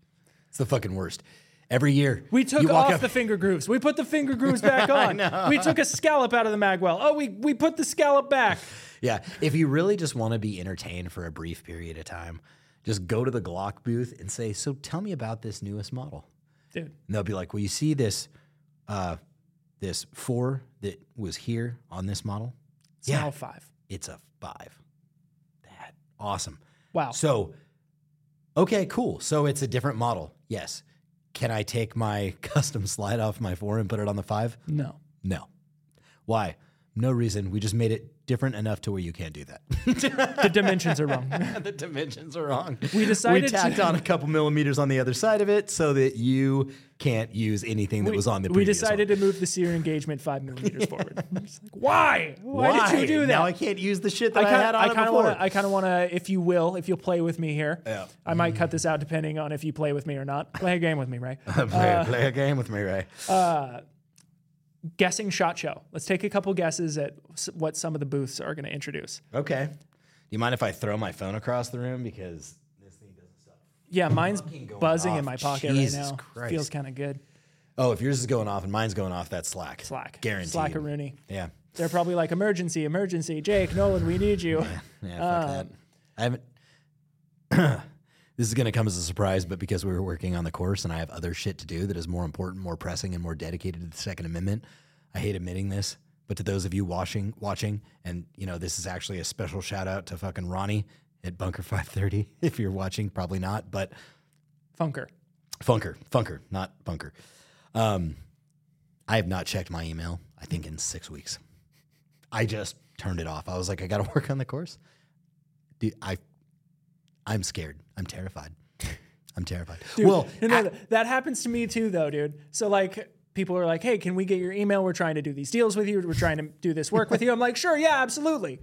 Speaker 1: It's the fucking worst. Every year
Speaker 2: We took
Speaker 1: you walk
Speaker 2: off
Speaker 1: up-
Speaker 2: the finger grooves. We put the finger grooves back on. we took a scallop out of the magwell. Oh, we we put the scallop back.
Speaker 1: Yeah. If you really just want to be entertained for a brief period of time, just go to the Glock booth and say, So tell me about this newest model.
Speaker 2: Dude,
Speaker 1: And they'll be like, Well, you see this uh this four that was here on this model?
Speaker 2: it's now five.
Speaker 1: It's a five. That awesome.
Speaker 2: Wow.
Speaker 1: So okay, cool. So it's a different model. Yes. Can I take my custom slide off my four and put it on the five?
Speaker 2: no.
Speaker 1: No. Why? No reason. We just made it different enough to where you can't do that.
Speaker 2: The dimensions are wrong.
Speaker 1: the dimensions are wrong.
Speaker 2: We decided
Speaker 1: we tacked
Speaker 2: to-
Speaker 1: on a couple millimeters on the other side of it so that you can't use anything that was on the.
Speaker 2: we
Speaker 1: previous
Speaker 2: decided to move the sear engagement five millimeters forward. I'm just like, why?
Speaker 1: one.
Speaker 2: Why? did you do that?
Speaker 1: Now I can't use the shit that
Speaker 2: I
Speaker 1: I,
Speaker 2: kinda-
Speaker 1: had on
Speaker 2: I
Speaker 1: it
Speaker 2: kind of
Speaker 1: before.
Speaker 2: want to. I kind of want to. If you will, if you'll play with me here,
Speaker 1: Yeah.
Speaker 2: I might cut this out depending on if you play with me or not. Play a game with me, right?
Speaker 1: play, play a game with me, Ray.
Speaker 2: Guessing shot show. Let's take a couple guesses at s- what some of the booths are going to introduce.
Speaker 1: Okay. Do you mind if I throw my phone across the room because this thing doesn't stop?
Speaker 2: Yeah, mine's
Speaker 1: going
Speaker 2: buzzing
Speaker 1: off.
Speaker 2: in my pocket
Speaker 1: Jesus
Speaker 2: right now.
Speaker 1: Christ.
Speaker 2: Feels kind of good.
Speaker 1: Oh, if yours is going off and mine's going off, that's slack.
Speaker 2: Slack.
Speaker 1: Guaranteed.
Speaker 2: Slack a Rooney.
Speaker 1: Yeah.
Speaker 2: They're probably like emergency, emergency. Jake Nolan, we need you.
Speaker 1: Yeah, fuck that. I haven't. this is going to come as a surprise, but because we were working on the course and I have other shit to do that is more important, more pressing, and more dedicated to the Second Amendment, I hate admitting this. But to those of you watching, watching, and you know, this is actually a special shout out to fucking Ronnie at Bunker Five Thirty. If you're watching, probably not, but
Speaker 2: Funker.
Speaker 1: Funker, Funker, not Bunker. Um, I have not checked my email. I think in six weeks, I just turned it off. I was like, I got to work on the course. Dude, I, I'm scared. I'm terrified. I'm terrified. well,
Speaker 2: No, no, no. that happens to me too, though, dude. So like, people are like, "Hey, can we get your email? We're trying to do these deals with you. We're trying to do this work with you." I'm like, "Sure, yeah, absolutely."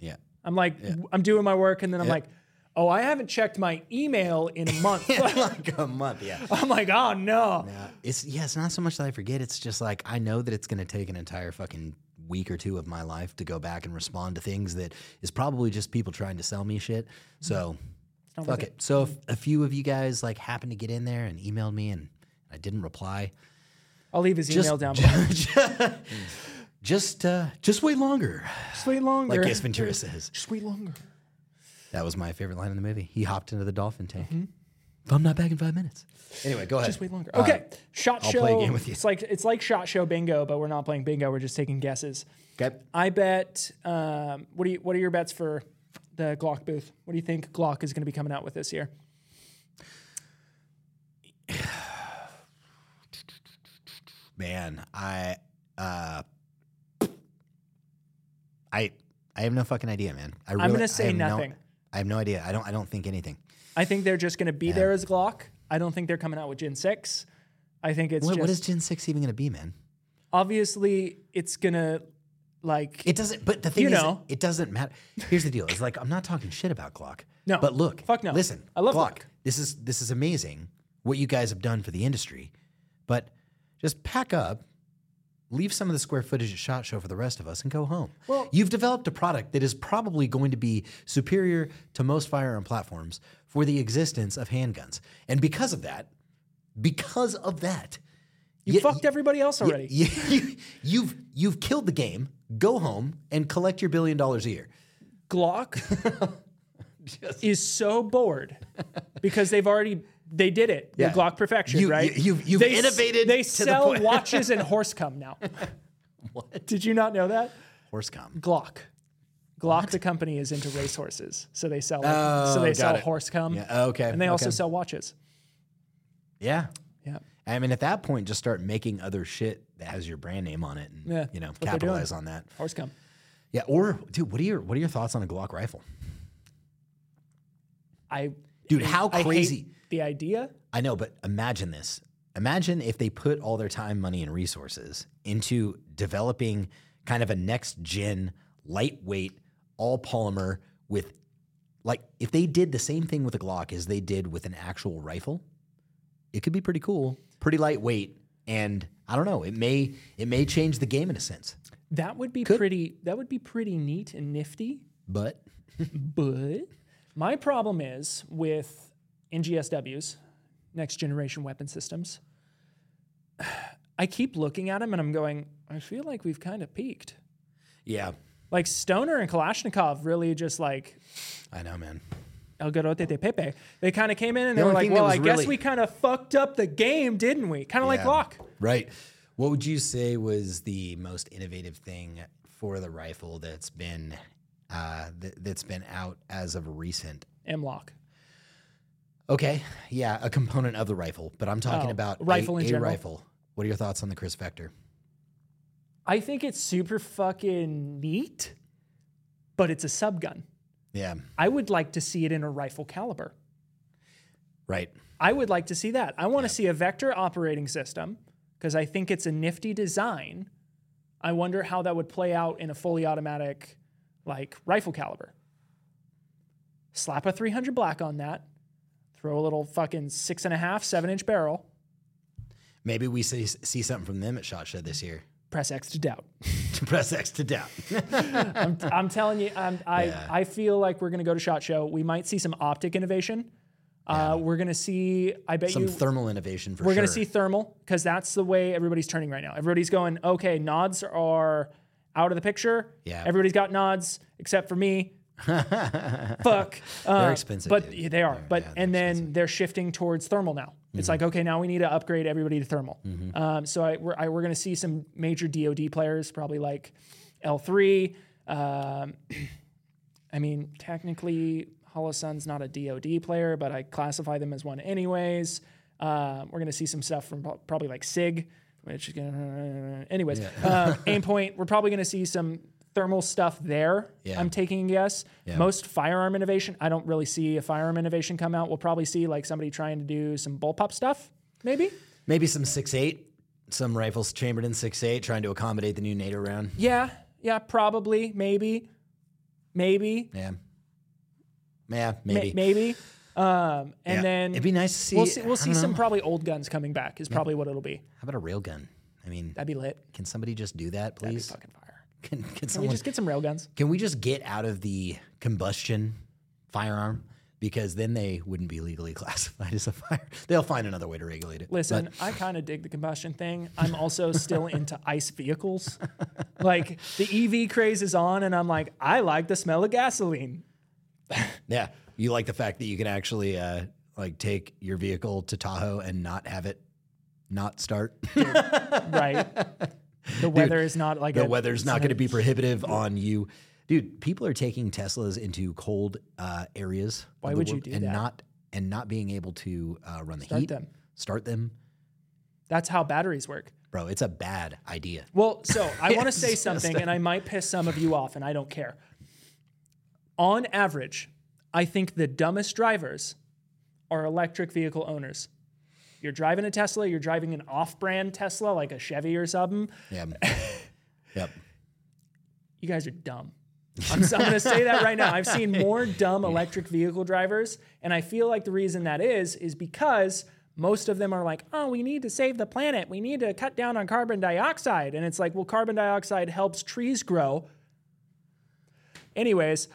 Speaker 1: yeah,
Speaker 2: I'm like, I'm doing my work, and then I'm like, "Oh, I haven't checked my email in a month."
Speaker 1: like a month. Yeah,
Speaker 2: I'm like, "Oh no."
Speaker 1: uh, it's yeah. It's not so much that I forget. It's just like I know that it's going to take an entire fucking week or two of my life to go back and respond to things that is probably just people trying to sell me
Speaker 2: Mm-hmm.
Speaker 1: shit. So Fuck it. So if a few of you guys like happened to get in there and emailed me and I didn't reply,
Speaker 2: I'll leave his email down. below.
Speaker 1: just just, uh, just wait longer,
Speaker 2: Just wait longer.
Speaker 1: like Ace Ventura says.
Speaker 2: Just wait longer.
Speaker 1: That was my favorite line in the movie. He hopped into the dolphin tank. If I'm not back in five minutes. Anyway, go ahead.
Speaker 2: Mm-hmm. Just wait longer. Okay, shot
Speaker 1: Uh, I'll
Speaker 2: show.
Speaker 1: play a game with you.
Speaker 2: It's like it's like shot show bingo, but we're not playing bingo. We're just taking guesses.
Speaker 1: Okay.
Speaker 2: I bet. Um, what do you? What are your bets for the Glock booth? What do you think Glock is going to be coming out with this year?
Speaker 1: Man, I uh, I I have no fucking idea, man. I really,
Speaker 2: gonna
Speaker 1: I
Speaker 2: say
Speaker 1: have no-
Speaker 2: nothing.
Speaker 1: I have no idea. I don't I don't think anything.
Speaker 2: I think they're just going to be there as Glock. I don't think they're coming out with Gen Six. I think it's
Speaker 1: What,
Speaker 2: just
Speaker 1: what is Gen 6 even gonna be, man?
Speaker 2: obviously it's gonna like
Speaker 1: It doesn't. But the thing
Speaker 2: You
Speaker 1: is,
Speaker 2: know.
Speaker 1: it doesn't matter. Here's the deal: it's like I'm not talking shit about Glock.
Speaker 2: No.
Speaker 1: but look,
Speaker 2: Fuck no.
Speaker 1: Listen,
Speaker 2: I love
Speaker 1: Glock.
Speaker 2: Glock.
Speaker 1: This is this is amazing what you guys have done for the industry, but just pack up. Leave some of the square footage at Shot Show for the rest of us and go home.
Speaker 2: Well-
Speaker 1: You've developed a product that is probably going to be superior to most firearm platforms for the existence of handguns. And because of that, because of that,
Speaker 2: you
Speaker 1: yeah,
Speaker 2: fucked everybody else already.
Speaker 1: you, you, you've you've killed the game. Go home and collect your billion dollars a year.
Speaker 2: Glock is so bored because they've already they did it.
Speaker 1: Yeah.
Speaker 2: The Glock perfection,
Speaker 1: You-
Speaker 2: right?
Speaker 1: you- you've- you've
Speaker 2: s-
Speaker 1: innovated
Speaker 2: They
Speaker 1: to the
Speaker 2: sell
Speaker 1: point-
Speaker 2: watches and horse cum now. what? Did you not know that?
Speaker 1: Horse cum.
Speaker 2: Glock. Glock, the company, is into racehorses, so they sell. so they
Speaker 1: Oh, got
Speaker 2: sell
Speaker 1: it.
Speaker 2: horse cum.
Speaker 1: Yeah, okay,
Speaker 2: And they also
Speaker 1: okay.
Speaker 2: sell watches.
Speaker 1: Yeah.
Speaker 2: Yeah.
Speaker 1: I mean, at that point, just start making other shit that has your brand name on it, and
Speaker 2: Yeah,
Speaker 1: you know,
Speaker 2: that's what they're doing.
Speaker 1: capitalize on that.
Speaker 2: Horse cum.
Speaker 1: Yeah. Or, dude, what are your what are your thoughts on a Glock rifle?
Speaker 2: I
Speaker 1: Dude, how
Speaker 2: I hate
Speaker 1: crazy.
Speaker 2: the idea.
Speaker 1: I know, but imagine this. Imagine if they put all their time, money, and resources into developing kind of a next gen, lightweight, all polymer with, like, if they did the same thing with a Glock as they did with an actual rifle, it could be pretty cool, pretty lightweight, and I don't know. It may it may change the game in a sense,
Speaker 2: That would be pretty. That would be pretty neat and nifty.
Speaker 1: but
Speaker 2: But my problem is with NGSWs, next generation weapon systems. I keep looking at them and I'm going, I feel like we've kind of peaked.
Speaker 1: yeah,
Speaker 2: Like Stoner and Kalashnikov really just like
Speaker 1: I know, man.
Speaker 2: El Garote de Pepe. They kind of came in and
Speaker 1: The
Speaker 2: they were
Speaker 1: only
Speaker 2: like,
Speaker 1: thing that
Speaker 2: well, I
Speaker 1: was
Speaker 2: guess
Speaker 1: really-
Speaker 2: we kind of fucked up the game, didn't we? Kind of like
Speaker 1: Yeah.
Speaker 2: Glock.
Speaker 1: Right. What would you say was the most innovative thing for the rifle that's been uh, th- that's been out as of recent?
Speaker 2: M-Lock.
Speaker 1: Okay, yeah, a component of the rifle, but I'm talking
Speaker 2: Oh,
Speaker 1: about a-
Speaker 2: rifle
Speaker 1: a,
Speaker 2: in general.
Speaker 1: rifle. What are your thoughts on the Chris Vector?
Speaker 2: I think it's super fucking neat, but it's a subgun.
Speaker 1: Yeah,
Speaker 2: I would like to see it in a rifle caliber.
Speaker 1: right.
Speaker 2: I would like to see that. I want to see a vector operating system because I think it's a nifty design. I wonder how that would play out in a fully automatic, like rifle caliber. Slap a 300 black on that, throw a little fucking six and a half, seven inch barrel,
Speaker 1: Maybe we see, see something from them at Shot Show this year.
Speaker 2: press X to doubt.
Speaker 1: To press X to doubt.
Speaker 2: I'm telling you, I'm, I I feel like we're gonna go to Shot Show. We might see some optic innovation. Uh, We're gonna see. I bet
Speaker 1: Some
Speaker 2: you
Speaker 1: thermal innovation for
Speaker 2: we're
Speaker 1: sure.
Speaker 2: going to see thermal because that's the way everybody's turning right now. Everybody's going, okay, nods are out of the picture.
Speaker 1: Yeah.
Speaker 2: Everybody's got nods except for me. Fuck.
Speaker 1: They're
Speaker 2: Uh,
Speaker 1: expensive,
Speaker 2: But
Speaker 1: dude.
Speaker 2: they are. but and then they're shifting towards thermal now.
Speaker 1: Mm-hmm.
Speaker 2: It's like, okay, now we need to upgrade everybody to thermal. Um, so I, we're, I, we're going to see some major DoD players, probably like L3. Um, I mean, technically, Holosun's not a DoD player, but I classify them as one anyways. Um, we're gonna see some stuff from prob- probably like Sig, which is gonna, anyways. Uh, Aimpoint, we're probably gonna see some thermal stuff there.
Speaker 1: Yeah.
Speaker 2: I'm taking a guess. Most firearm innovation, I don't really see a firearm innovation come out. We'll probably see like somebody trying to do some bullpup stuff, maybe.
Speaker 1: Maybe some six eight, some rifles chambered in six eight, trying to accommodate the new NATO round.
Speaker 2: Yeah, yeah, probably, maybe, maybe,
Speaker 1: Yeah, yeah,
Speaker 2: ma-
Speaker 1: maybe.
Speaker 2: maybe. Um, and
Speaker 1: Yeah.
Speaker 2: then
Speaker 1: it'd be nice to see.
Speaker 2: we'll see,
Speaker 1: I
Speaker 2: we'll see
Speaker 1: don't
Speaker 2: some
Speaker 1: know.
Speaker 2: probably old guns coming back is probably what it'll be.
Speaker 1: How about a railgun? I mean,
Speaker 2: That'd be lit.
Speaker 1: can somebody just do that,
Speaker 2: That'd be
Speaker 1: please?
Speaker 2: fucking fire.
Speaker 1: Can, can
Speaker 2: Can we
Speaker 1: someone?
Speaker 2: just get some railguns?
Speaker 1: can we just get out of the combustion firearm? Because then they wouldn't be legally classified as a fire. They'll find another way to regulate it.
Speaker 2: Listen, I kind of dig the combustion thing. I'm also still into ice vehicles. Like the EV craze is on, and I'm like, I like the smell of gasoline.
Speaker 1: yeah, you like the fact that you can actually uh, like take your vehicle to Tahoe and not have it not start.
Speaker 2: Right. The weather is not like
Speaker 1: the
Speaker 2: a-
Speaker 1: weather's
Speaker 2: it's
Speaker 1: not going to be prohibitive on you. Dude, people are taking Teslas into cold uh, areas. Why
Speaker 2: would you do
Speaker 1: and
Speaker 2: that?
Speaker 1: Not and not being able to uh, run the
Speaker 2: Start
Speaker 1: heat,
Speaker 2: them.
Speaker 1: start them,
Speaker 2: That's how batteries work.
Speaker 1: bro. It's a bad idea.
Speaker 2: Well, so I want to say something, and I might piss some of you off, and I don't care. On average, I think the dumbest drivers are electric vehicle owners. You're driving a Tesla, you're driving an off brand Tesla, like a Chevy or something.
Speaker 1: Yeah. yep.
Speaker 2: You guys are dumb. I'm, I'm going to say that right now. I've seen more dumb electric vehicle drivers, and I feel like the reason that is, is because most of them are like, oh, we need to save the planet. We need to cut down on carbon dioxide. And it's like, well, carbon dioxide helps trees grow. Anyways,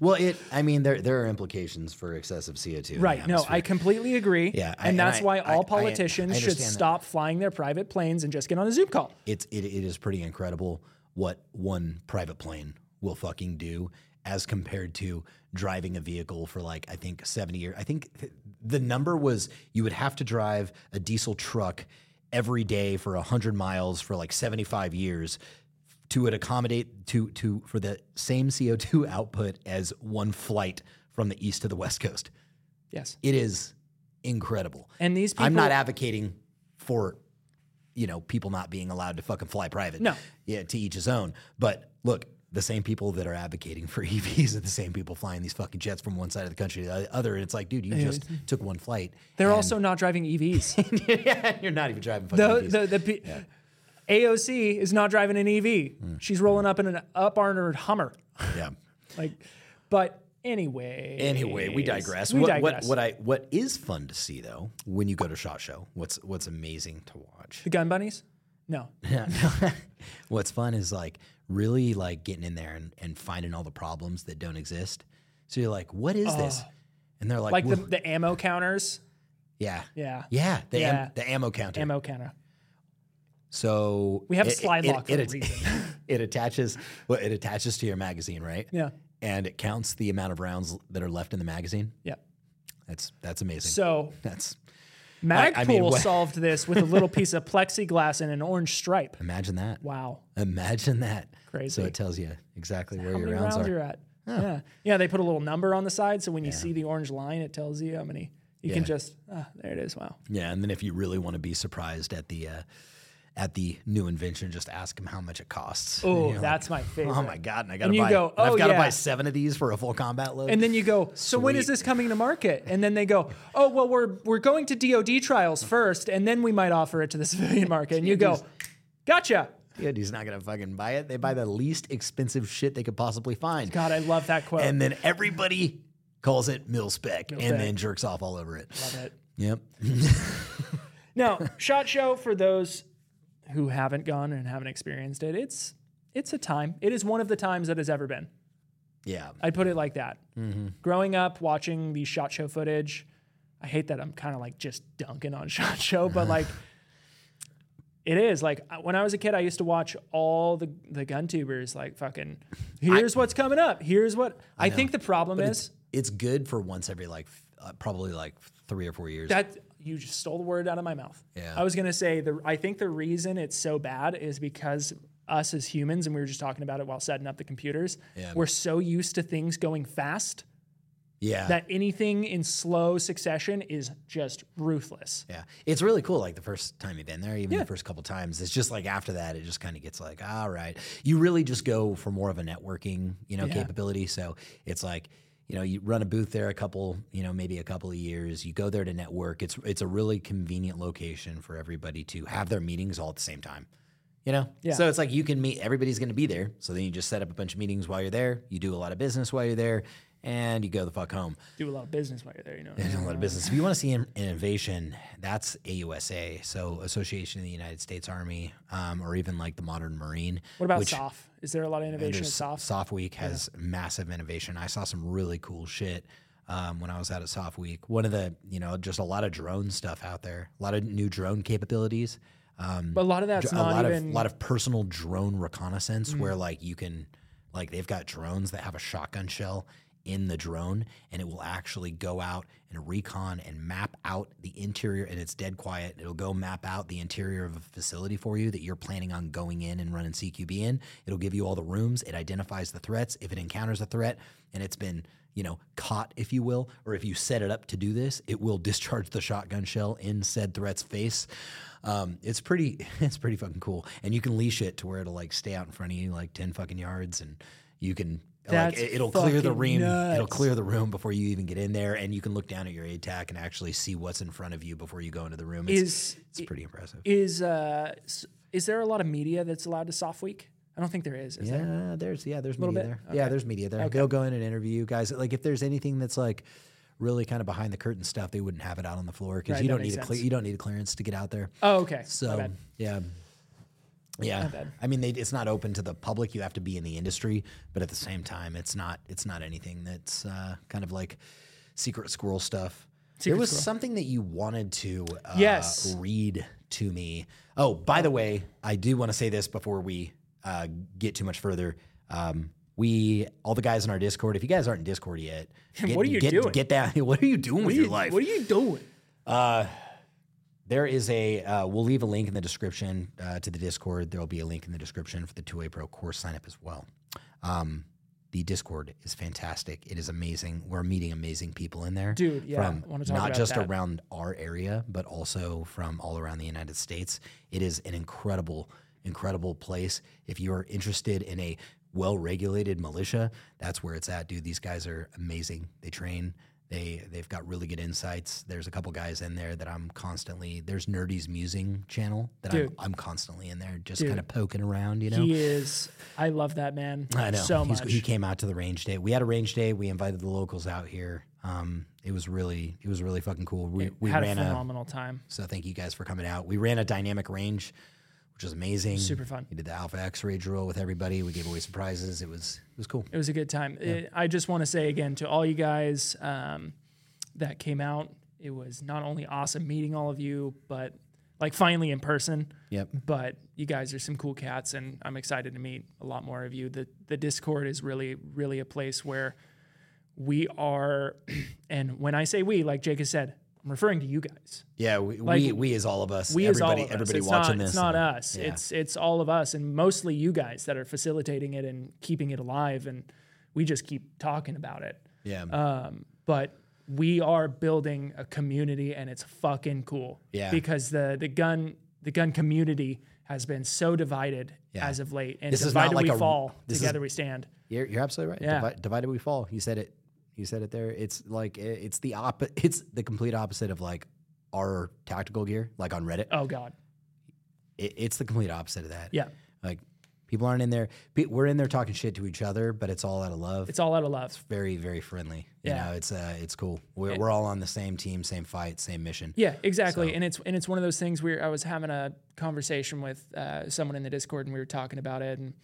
Speaker 1: Well, it. I mean, there there are implications for excessive CO two.
Speaker 2: Right. No, I completely agree.
Speaker 1: Yeah, I-
Speaker 2: and
Speaker 1: and
Speaker 2: that's
Speaker 1: I-
Speaker 2: why
Speaker 1: I-
Speaker 2: all
Speaker 1: I-
Speaker 2: politicians
Speaker 1: I
Speaker 2: should
Speaker 1: understand that.
Speaker 2: stop flying their private planes and just get on a Zoom call.
Speaker 1: it's it, it is pretty incredible what one private plane will fucking do as compared to driving a vehicle for like I think 70 years. I think th- the number was you would have to drive a diesel truck every day for 100 miles for like 75 years to it accommodate to to for the same CO2 output as one flight from the east to the west coast.
Speaker 2: Yes.
Speaker 1: It is incredible.
Speaker 2: And these people
Speaker 1: I'm not advocating for, you know, people not being allowed to fucking fly private.
Speaker 2: No.
Speaker 1: Yeah, to each his own. But look, the same people that are advocating for EVs are the same people flying these fucking jets from one side of the country to the other. And it's like, dude, you just took one flight.
Speaker 2: They're also not driving E EVs.
Speaker 1: You're not even driving fucking E
Speaker 2: the,
Speaker 1: EVs.
Speaker 2: the, the pe- AOC is not driving an EV.
Speaker 1: Mm.
Speaker 2: She's rolling up in an up armored Hummer.
Speaker 1: yeah.
Speaker 2: Like, but anyway.
Speaker 1: Anyway, we digress.
Speaker 2: We
Speaker 1: what,
Speaker 2: digress.
Speaker 1: What, what I what is fun to see though when you go to Shot Show, what's what's amazing to watch.
Speaker 2: the gun bunnies? No.
Speaker 1: what's fun is like really like getting in there and, and finding all the problems that don't exist. So you're like, what is this? And they're like,
Speaker 2: Oh. Like the,
Speaker 1: "Well,
Speaker 2: the ammo counters.
Speaker 1: yeah,
Speaker 2: Yeah.
Speaker 1: yeah, the, am-
Speaker 2: Yeah.
Speaker 1: the ammo counter.
Speaker 2: Ammo counter.
Speaker 1: So
Speaker 2: We have slide lock for a
Speaker 1: at- it attaches. Well, it attaches to your magazine, right?
Speaker 2: Yeah.
Speaker 1: And it counts the amount of rounds that are left in the magazine.
Speaker 2: Yeah.
Speaker 1: That's that's amazing.
Speaker 2: So
Speaker 1: that's
Speaker 2: Magpul
Speaker 1: I mean, what-
Speaker 2: solved this with a little piece of plexiglass and an orange stripe.
Speaker 1: imagine that.
Speaker 2: Wow.
Speaker 1: Imagine that. So
Speaker 2: Crazy.
Speaker 1: it tells you exactly where
Speaker 2: How
Speaker 1: your
Speaker 2: many
Speaker 1: rounds,
Speaker 2: rounds,
Speaker 1: are. Oh.
Speaker 2: you're at. Yeah. Yeah. They put a little number on the side. So when you see the orange line, it tells you how many. You can just, ah, there it is. Wow.
Speaker 1: Yeah, and then if you really want to be surprised at the uh, at the new invention, just ask them how much it costs. And
Speaker 2: Oh,
Speaker 1: you're
Speaker 2: that's my favorite.
Speaker 1: like, oh my god! And I gotta
Speaker 2: you
Speaker 1: buy.
Speaker 2: go,
Speaker 1: and I've
Speaker 2: "Oh,
Speaker 1: gotta
Speaker 2: yeah."
Speaker 1: buy seven of these for a full combat load.
Speaker 2: And then you go, so when is
Speaker 1: Sweet.
Speaker 2: this coming to market? And then they go, oh, well, we're, we're going to DOD trials first, and then we might offer it to the civilian market. And you go, gotcha.
Speaker 1: yeah, he's not gonna fucking buy it. They buy the least expensive shit they could possibly find.
Speaker 2: God, I love that quote.
Speaker 1: and then everybody calls it mil spec and
Speaker 2: spec.
Speaker 1: then jerks off all over it.
Speaker 2: Love it.
Speaker 1: Yep.
Speaker 2: Now, SHOT Show, for those who haven't gone and haven't experienced it, it's it's a time. It is one of the times that has ever been.
Speaker 1: Yeah.
Speaker 2: I'd put it like that.
Speaker 1: Mm-hmm.
Speaker 2: Growing up, watching the SHOT Show footage, I hate that I'm kind of like just dunking on SHOT Show, but like it is. Like I- when I was a kid, I used to watch all the, the gun tubers like fucking, here's what's coming up. Here's what I, think the problem is
Speaker 1: It's good for once every like f- uh, probably like 3 or 4 years.
Speaker 2: that you just stole the word out of my mouth.
Speaker 1: Yeah.
Speaker 2: I was going to say, the, I think the reason it's so bad is because us as humans, and we were just talking about it while setting up the computers,
Speaker 1: Yeah.
Speaker 2: we're so used to things going fast.
Speaker 1: yeah.
Speaker 2: that anything in slow succession is just ruthless.
Speaker 1: yeah. It's really cool like the first time you've been there, even
Speaker 2: Yeah.
Speaker 1: the first couple times. It's just like after that it just kind of gets like all right. You really just go for more of a networking, you know, capability. So it's like you know, you run a booth there a couple, you know, maybe a couple of years. You go there to network. It's it's a really convenient location for everybody to have their meetings all at the same time. You know?
Speaker 2: Yeah.
Speaker 1: So it's like you can meet everybody's gonna be there. So then you just set up a bunch of meetings while you're there, you do a lot of business while you're there, and you go the fuck home.
Speaker 2: Do a lot of business while you're there, you know.
Speaker 1: There's a lot of business. If you want to see in- innovation, that's AUSA, so Association of the United States Army, um, or even like the Modern Marine.
Speaker 2: What about
Speaker 1: which-
Speaker 2: soft? Is there a lot of innovation at
Speaker 1: there's
Speaker 2: soft?
Speaker 1: Soft Week has massive innovation. I saw some really cool shit um, when I was out at Soft Week. One of the, you know, just a lot of drone stuff out there, a lot of new drone capabilities. Um,
Speaker 2: But a lot of that's
Speaker 1: a
Speaker 2: not
Speaker 1: lot
Speaker 2: even. Mm.
Speaker 1: of lot of personal drone reconnaissance where like you can like they've got drones that have a shotgun shell in the drone and it will actually go out and recon and map out the interior and it's dead quiet it'll go map out the interior of a facility for you that you're planning on going in and running CQB in it'll give you all the rooms it identifies the threats if it encounters a threat and it's been you know caught if you will or if you set it up to do this it will discharge the shotgun shell in said threat's face um, it's pretty it's pretty fucking cool and you can leash it to where it'll like stay out in front of you like 10 fucking yards and you can
Speaker 2: That's
Speaker 1: like it- it'll clear the
Speaker 2: fucking
Speaker 1: room it'll
Speaker 2: nuts.
Speaker 1: clear the room before you even get in there and you can look down at your ATAC and actually see what's in front of you before you go into the room it's,
Speaker 2: is
Speaker 1: it's pretty impressive
Speaker 2: is uh s- is there a lot of media that's allowed to soft week? I don't think there is. is there?
Speaker 1: Yeah, there's yeah, there's media
Speaker 2: bit?
Speaker 1: there. Yeah, there's media there. They'll go in and interview guys. Like if there's anything that's like really kind of behind the curtain stuff, they wouldn't have it out on the floor because
Speaker 2: Right,
Speaker 1: you
Speaker 2: that
Speaker 1: don't need
Speaker 2: makes
Speaker 1: a cle-
Speaker 2: sense.
Speaker 1: you don't need a clearance to get out there.
Speaker 2: Oh, okay. My
Speaker 1: So
Speaker 2: bad.
Speaker 1: yeah, yeah.
Speaker 2: bad.
Speaker 1: I mean, they, it's not open to the public. You have to be in the industry, but at the same time, it's not it's not anything that's uh, kind of like secret squirrel stuff. there
Speaker 2: Secret
Speaker 1: was
Speaker 2: squirrel.
Speaker 1: something that you wanted to uh,
Speaker 2: Yes.
Speaker 1: read to me. Oh, by the way, I do want to say this before we uh, get too much further. Um, we all the guys in our Discord. If you guys aren't in Discord yet, get,
Speaker 2: What are you
Speaker 1: get,
Speaker 2: doing?
Speaker 1: Get down. What are you doing with your life?
Speaker 2: What are you doing?
Speaker 1: Uh, There is a, uh, we'll leave a link in the description uh, to the Discord. There will be a link in the description for the 2A Pro course sign up as well. Um, the Discord is fantastic. It is amazing. We're meeting amazing people in there.
Speaker 2: Dude, yeah, I
Speaker 1: From
Speaker 2: wanna talk
Speaker 1: not
Speaker 2: about
Speaker 1: just
Speaker 2: that.
Speaker 1: around our area, but also from all around the United States. It is an incredible, incredible place. If you are interested in a well regulated militia, that's where it's at, dude. These guys are amazing. They train. They they've got really good insights. There's a couple guys in there that I'm constantly there's Nerdy's musing channel that I'm,
Speaker 2: Dude.
Speaker 1: I'm constantly in there, just
Speaker 2: Dude.
Speaker 1: kind of poking around, you know.
Speaker 2: He is. I love that man.
Speaker 1: I know.
Speaker 2: so
Speaker 1: He's-
Speaker 2: much.
Speaker 1: He came out to the range day. We had a range day. We invited the locals out here. Um, it was really, it was really fucking cool. We, we
Speaker 2: had
Speaker 1: ran
Speaker 2: a
Speaker 1: a,
Speaker 2: phenomenal time.
Speaker 1: so thank you guys for coming out. We ran a dynamic range, which was amazing.
Speaker 2: Super fun.
Speaker 1: We did the Alpha X ray drill with everybody. We gave away some prizes. It was, it was cool.
Speaker 2: It was a good time. It- I just want to say again to all you guys um, that came out. It was not only awesome meeting all of you, but like finally in person.
Speaker 1: Yep.
Speaker 2: But you guys are some cool cats, and I'm excited to meet a lot more of you. The the Discord is really really a place where we are, and when I say we, like Jake has said, I'm referring to you guys.
Speaker 1: Yeah. We, we, we is all of us.
Speaker 2: we
Speaker 1: everybody,
Speaker 2: is all of us.
Speaker 1: everybody
Speaker 2: it's
Speaker 1: watching
Speaker 2: not,
Speaker 1: this.
Speaker 2: It's not
Speaker 1: and-
Speaker 2: us.
Speaker 1: yeah.
Speaker 2: It's it's all of us, and mostly you guys that are facilitating it and keeping it alive. And we just keep talking about it.
Speaker 1: yeah.
Speaker 2: Uh, But we are building a community, and it's fucking cool.
Speaker 1: Yeah.
Speaker 2: Because the the gun the gun community has been so divided
Speaker 1: Yeah.
Speaker 2: as of late, and
Speaker 1: This is not
Speaker 2: divided
Speaker 1: like
Speaker 2: we
Speaker 1: a-
Speaker 2: fall,
Speaker 1: this is-
Speaker 2: together we stand.
Speaker 1: You're, you're absolutely right.
Speaker 2: Yeah.
Speaker 1: Divi- divided we fall. You said it. You said it there. It's like i- it's the op. It's the complete opposite of like our tactical gear, like on Reddit.
Speaker 2: Oh God.
Speaker 1: It, it's the complete opposite of that.
Speaker 2: Yeah.
Speaker 1: Like people aren't in there. Pe- We're in there talking shit to each other, but it's all out of love.
Speaker 2: It's all out of love.
Speaker 1: very very friendly.
Speaker 2: Yeah.
Speaker 1: You know, it's uh, it's cool. We're, we're all on the same team, same fight, same mission.
Speaker 2: Yeah, exactly. And it's and it's one of those things where I was having a conversation with uh, someone in the Discord and we were talking about it and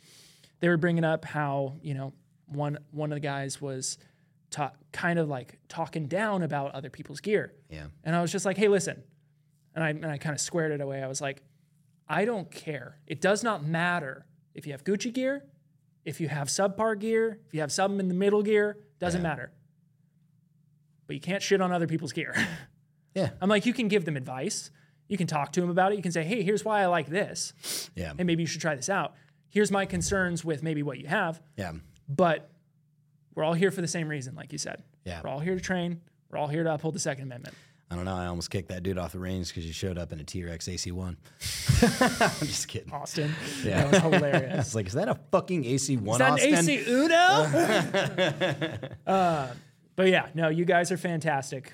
Speaker 2: they were bringing up how you know one one of the guys was ta- kind of like talking down about other people's gear.
Speaker 1: Yeah.
Speaker 2: And I was just like, hey, listen. And I and I kind of squared it away. I was like, I don't care. It does not matter if you have Gucci gear, if you have subpar gear, if you have something in the middle gear, doesn't matter. But you can't shit on other people's gear.
Speaker 1: Yeah.
Speaker 2: I'm like, you can give them advice. You can talk to them about it. You can say, hey, here's why I like this.
Speaker 1: Yeah.
Speaker 2: And maybe you should try this out. Here's my concerns with maybe what you have.
Speaker 1: Yeah.
Speaker 2: But we're all here for the same reason, like you said.
Speaker 1: Yeah.
Speaker 2: We're all here to train. We're all here to uphold the Second Amendment.
Speaker 1: I don't know. I almost kicked that dude off the range because you showed up in a T Rex AC one. I'm just kidding.
Speaker 2: Austin. That was hilarious.
Speaker 1: It's like, is that a fucking AC one?
Speaker 2: Is that an AC Uno? uh, but yeah, no, you guys are fantastic.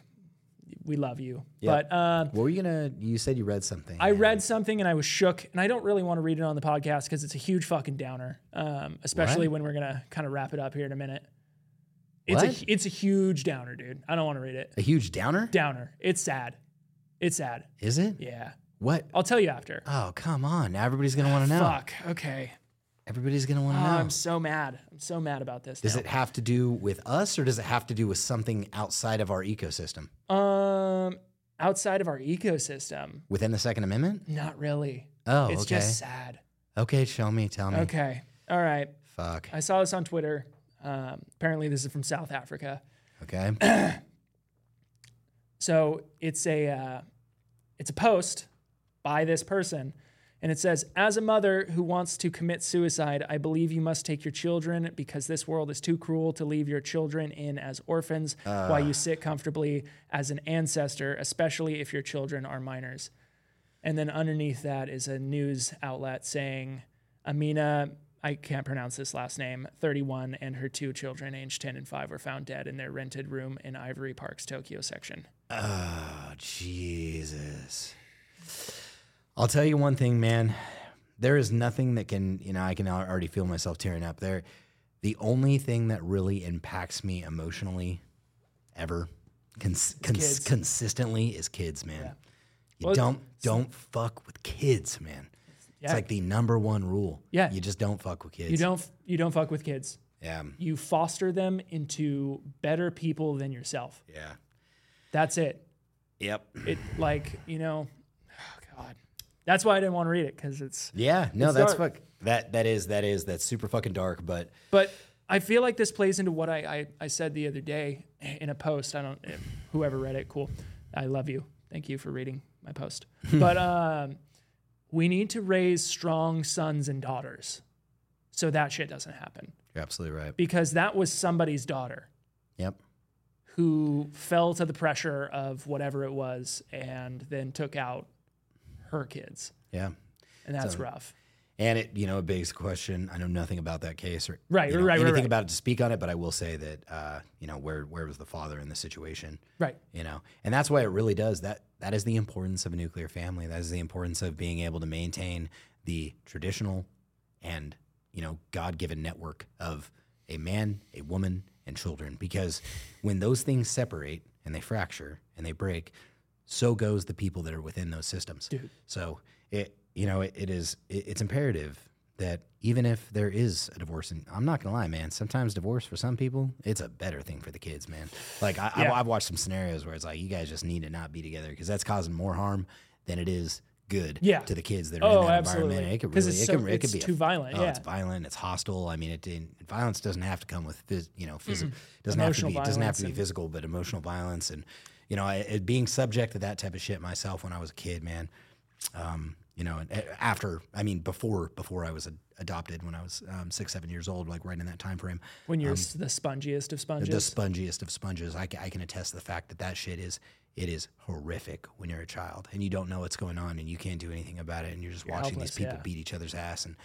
Speaker 2: We love you. But um,
Speaker 1: What were you gonna? You said you read something.
Speaker 2: I read something and I was shook, and I don't really want to read it on the podcast because it's a huge fucking downer, um, especially when we're gonna kind of wrap it up here in a minute. It's
Speaker 1: What?
Speaker 2: a it's a huge downer, dude. I don't want to read it.
Speaker 1: a huge downer.
Speaker 2: Downer. It's sad. It's sad.
Speaker 1: Is it?
Speaker 2: Yeah.
Speaker 1: What?
Speaker 2: I'll tell you after.
Speaker 1: Oh come on! Now everybody's gonna want to know.
Speaker 2: Fuck. Okay.
Speaker 1: Everybody's gonna want to
Speaker 2: Oh,
Speaker 1: know.
Speaker 2: I'm so mad. I'm so mad about this.
Speaker 1: Does
Speaker 2: now.
Speaker 1: it have to do with us, or does it have to do with something outside of our ecosystem,
Speaker 2: Um, outside of our ecosystem,
Speaker 1: within the Second Amendment?
Speaker 2: not really.
Speaker 1: Oh,
Speaker 2: it's
Speaker 1: okay.
Speaker 2: just sad.
Speaker 1: Okay, show me. Tell me.
Speaker 2: Okay. All right.
Speaker 1: Fuck.
Speaker 2: I saw this on Twitter. Um, apparently, this is from South Africa.
Speaker 1: Okay.
Speaker 2: So it's a uh, it's a post by this person, and it says, "As a mother who wants to commit suicide, I believe you must take your children because this world is too cruel to leave your children in as orphans while you sit comfortably as an ancestor, especially if your children are minors." And then underneath that is a news outlet saying, "Amina." I can't pronounce this last name. 31 and her two children, aged 10 and 5, were found dead in their rented room in Ivory Park's Tokyo section.
Speaker 1: Oh, Jesus. I'll tell you one thing, man. There is nothing that can, you know, I can al- already feel myself tearing up there. The only thing that really impacts me emotionally ever cons- cons-
Speaker 2: kids.
Speaker 1: consistently is kids, man. You
Speaker 2: Well,
Speaker 1: don't don't fuck with kids, man. It's
Speaker 2: Yeah.
Speaker 1: like the number one rule.
Speaker 2: Yeah.
Speaker 1: You just don't fuck with kids.
Speaker 2: You don't you don't fuck with kids.
Speaker 1: Yeah.
Speaker 2: You foster them into better people than yourself.
Speaker 1: Yeah.
Speaker 2: That's it.
Speaker 1: Yep.
Speaker 2: It like, you know, oh god. That's why I didn't want to read it cuz it's
Speaker 1: Yeah. No, that's
Speaker 2: dark.
Speaker 1: fuck. That that is that is that's super fucking dark, but
Speaker 2: but I feel like this plays into what I I, I said the other day in a post. I don't eh, whoever read it, cool. I love you. Thank you for reading my post. but um we need to raise strong sons and daughters so that shit doesn't happen
Speaker 1: you're absolutely right.
Speaker 2: because that was somebody's daughter.
Speaker 1: Yep.
Speaker 2: who fell to the pressure of whatever it was and then took out her kids.
Speaker 1: Yeah.
Speaker 2: And that's rough.
Speaker 1: And it, you know, it begs the question. I know nothing about that case or
Speaker 2: Right,
Speaker 1: you know,
Speaker 2: right, right,
Speaker 1: anything
Speaker 2: right.
Speaker 1: about it to speak on it, but I will say that, uh, you know, where where was the father in the situation?
Speaker 2: Right.
Speaker 1: You know, and that's why it really does that. That is the importance of a nuclear family. That is the importance of being able to maintain the traditional and you know God given network of a man, a woman, and children. Because when those things separate and they fracture and they break, so goes the people that are within those systems. So it you know it, it is it, it's imperative that even if there is a divorce and i'm not gonna lie man sometimes divorce for some people it's a better thing for the kids man like I, I've,
Speaker 2: Yeah.
Speaker 1: I've watched some scenarios where it's like you guys just need to not be together because that's causing more harm than it is good
Speaker 2: Yeah.
Speaker 1: to the kids that are
Speaker 2: Oh,
Speaker 1: in that
Speaker 2: absolutely.
Speaker 1: environment And it could
Speaker 2: 'Cause
Speaker 1: really
Speaker 2: it's
Speaker 1: it
Speaker 2: so-
Speaker 1: can, it
Speaker 2: it's
Speaker 1: could be
Speaker 2: too violent,
Speaker 1: oh, it's
Speaker 2: yeah.
Speaker 1: violent it's hostile i mean it didn't violence doesn't have to come with phys, you know physical doesn't
Speaker 2: Mm-hmm. Emotional
Speaker 1: have to be doesn't have
Speaker 2: violence
Speaker 1: to be
Speaker 2: and-
Speaker 1: physical but emotional violence and you know I, it, being subject to that type of shit myself when i was a kid man um, you know, and a- after I mean before before I was ad- adopted when I was um, six seven years old, like right in that time frame,
Speaker 2: When you're s the spongiest of sponges.
Speaker 1: the spongiest of sponges. I, ca- I can attest to the fact that that shit is it is horrific when you're a child and you don't know what's going on and you can't do anything about it and you're just watching
Speaker 2: helpless,
Speaker 1: these people
Speaker 2: yeah.
Speaker 1: beat each other's ass and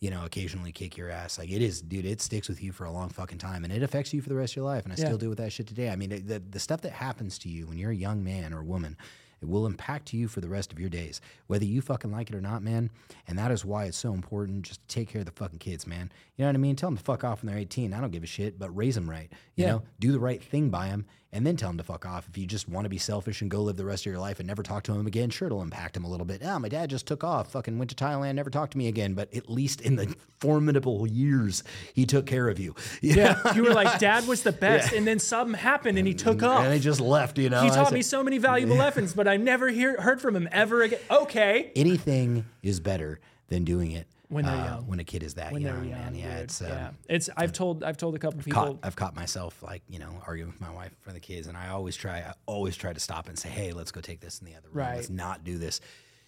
Speaker 1: you know occasionally kick your ass like it is dude it sticks with you for a long fucking time and it affects you for the rest of your life and I still deal with that shit today. I mean it- the the stuff that happens to you when you're a young man or woman it will impact you for the rest of your days, whether you fucking like it or not, man. And that is why it's so important just to take care of the fucking kids, man. You know what I mean? Tell them to fuck off when they're 18. I don't give a shit, but raise them right. You know, do the right thing by them and then tell them to fuck off. If you just want to be selfish and go live the rest of your life and never talk to them again, sure, it'll impact them a little bit. Oh, my dad just took off, fucking went to Thailand, never talked to me again. But at least in the formidable years, he took care of you.
Speaker 2: yeah. You were like, Dad was the best. And then something happened and he took off.
Speaker 1: And I just left, you know.
Speaker 2: He
Speaker 1: I
Speaker 2: taught
Speaker 1: said-
Speaker 2: me so many valuable lessons, but I never hear, heard from him ever again. Okay.
Speaker 1: anything is better than doing it
Speaker 2: When they're
Speaker 1: uh,
Speaker 2: young.
Speaker 1: when a kid is that
Speaker 2: When
Speaker 1: young,
Speaker 2: they're young,
Speaker 1: man. Yeah,
Speaker 2: dude.
Speaker 1: it's um,
Speaker 2: yeah. It's I've told I've told a couple people.
Speaker 1: caught. I've caught myself like you know arguing with my wife for the kids, and I always try. I always try to stop and say, "Hey, let's go take this in the other room. Let's
Speaker 2: Right.
Speaker 1: not do this,"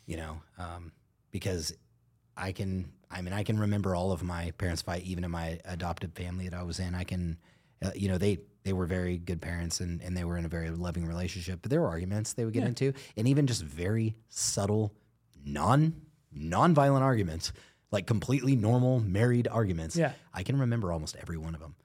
Speaker 1: you know, um, because I can. I mean, I can remember all of my parents' fight, even in my adopted family that I was in. I can, uh, you know, they they were very good parents and and they were in a very loving relationship, but there were arguments they would get into, and even just very subtle, non non-violent arguments. Like completely normal married arguments.
Speaker 2: Yeah.
Speaker 1: I can remember almost every one of them.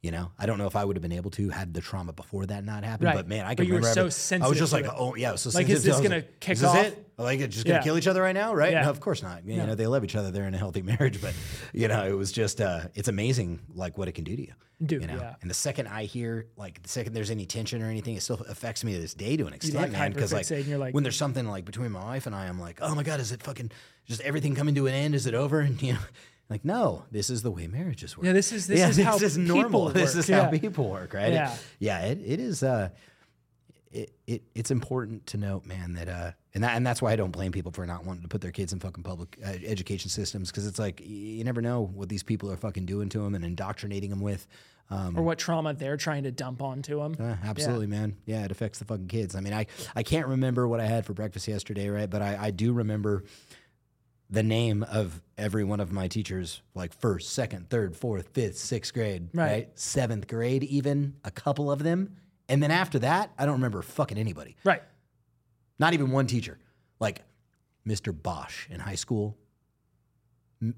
Speaker 1: You know, I don't know if I would have been able to had the trauma before that not happened.
Speaker 2: Right.
Speaker 1: But man, I
Speaker 2: But
Speaker 1: can
Speaker 2: you were
Speaker 1: remember.
Speaker 2: so
Speaker 1: every- I was
Speaker 2: sensitive
Speaker 1: just
Speaker 2: to
Speaker 1: like,
Speaker 2: it.
Speaker 1: oh yeah, I was so
Speaker 2: Like,
Speaker 1: sensitive.
Speaker 2: is this
Speaker 1: I was
Speaker 2: gonna
Speaker 1: like,
Speaker 2: kick
Speaker 1: is this
Speaker 2: off?
Speaker 1: It? Like, it's just gonna
Speaker 2: Yeah.
Speaker 1: kill each other right now, right?
Speaker 2: Yeah.
Speaker 1: No, of course not. You know, they love each other. They're in a healthy marriage, but you know, it was just, uh, it's amazing, like what it can do to you.
Speaker 2: Dude,
Speaker 1: you know,
Speaker 2: yeah.
Speaker 1: and the second I hear, like, the second there's any tension or anything, it still affects me to this day to an extent,
Speaker 2: like,
Speaker 1: man. Because like,
Speaker 2: hyperfixate and you're like-
Speaker 1: when there's something like between my wife and I, I'm like, oh my god, is it fucking just everything coming to an end? Is it over? And you know, like, no, this is the way marriages work.
Speaker 2: Yeah, this is- this is how people
Speaker 1: This
Speaker 2: work,
Speaker 1: is
Speaker 2: yeah.
Speaker 1: how people work, right? It-
Speaker 2: Yeah.
Speaker 1: yeah. It, it is. Uh, it, it it's important to note, man, that uh, and that, and that's why I don't blame people for not wanting to put their kids in fucking public uh, education systems because it's like y- you never know what these people are fucking doing to them and indoctrinating them with. Um,
Speaker 2: or what trauma they're trying to dump onto him.
Speaker 1: uh, absolutely, man. Yeah, it affects the fucking kids. I mean, I I can't remember what I had for breakfast yesterday, right? But I I do remember the name of every one of my teachers, like first, second, third, fourth, fifth, sixth grade,
Speaker 2: Right.
Speaker 1: right? Seventh grade, even a couple of them, and then after that, I don't remember fucking anybody.
Speaker 2: Right.
Speaker 1: Not even one teacher. Like Mr. Bosch in high school. M-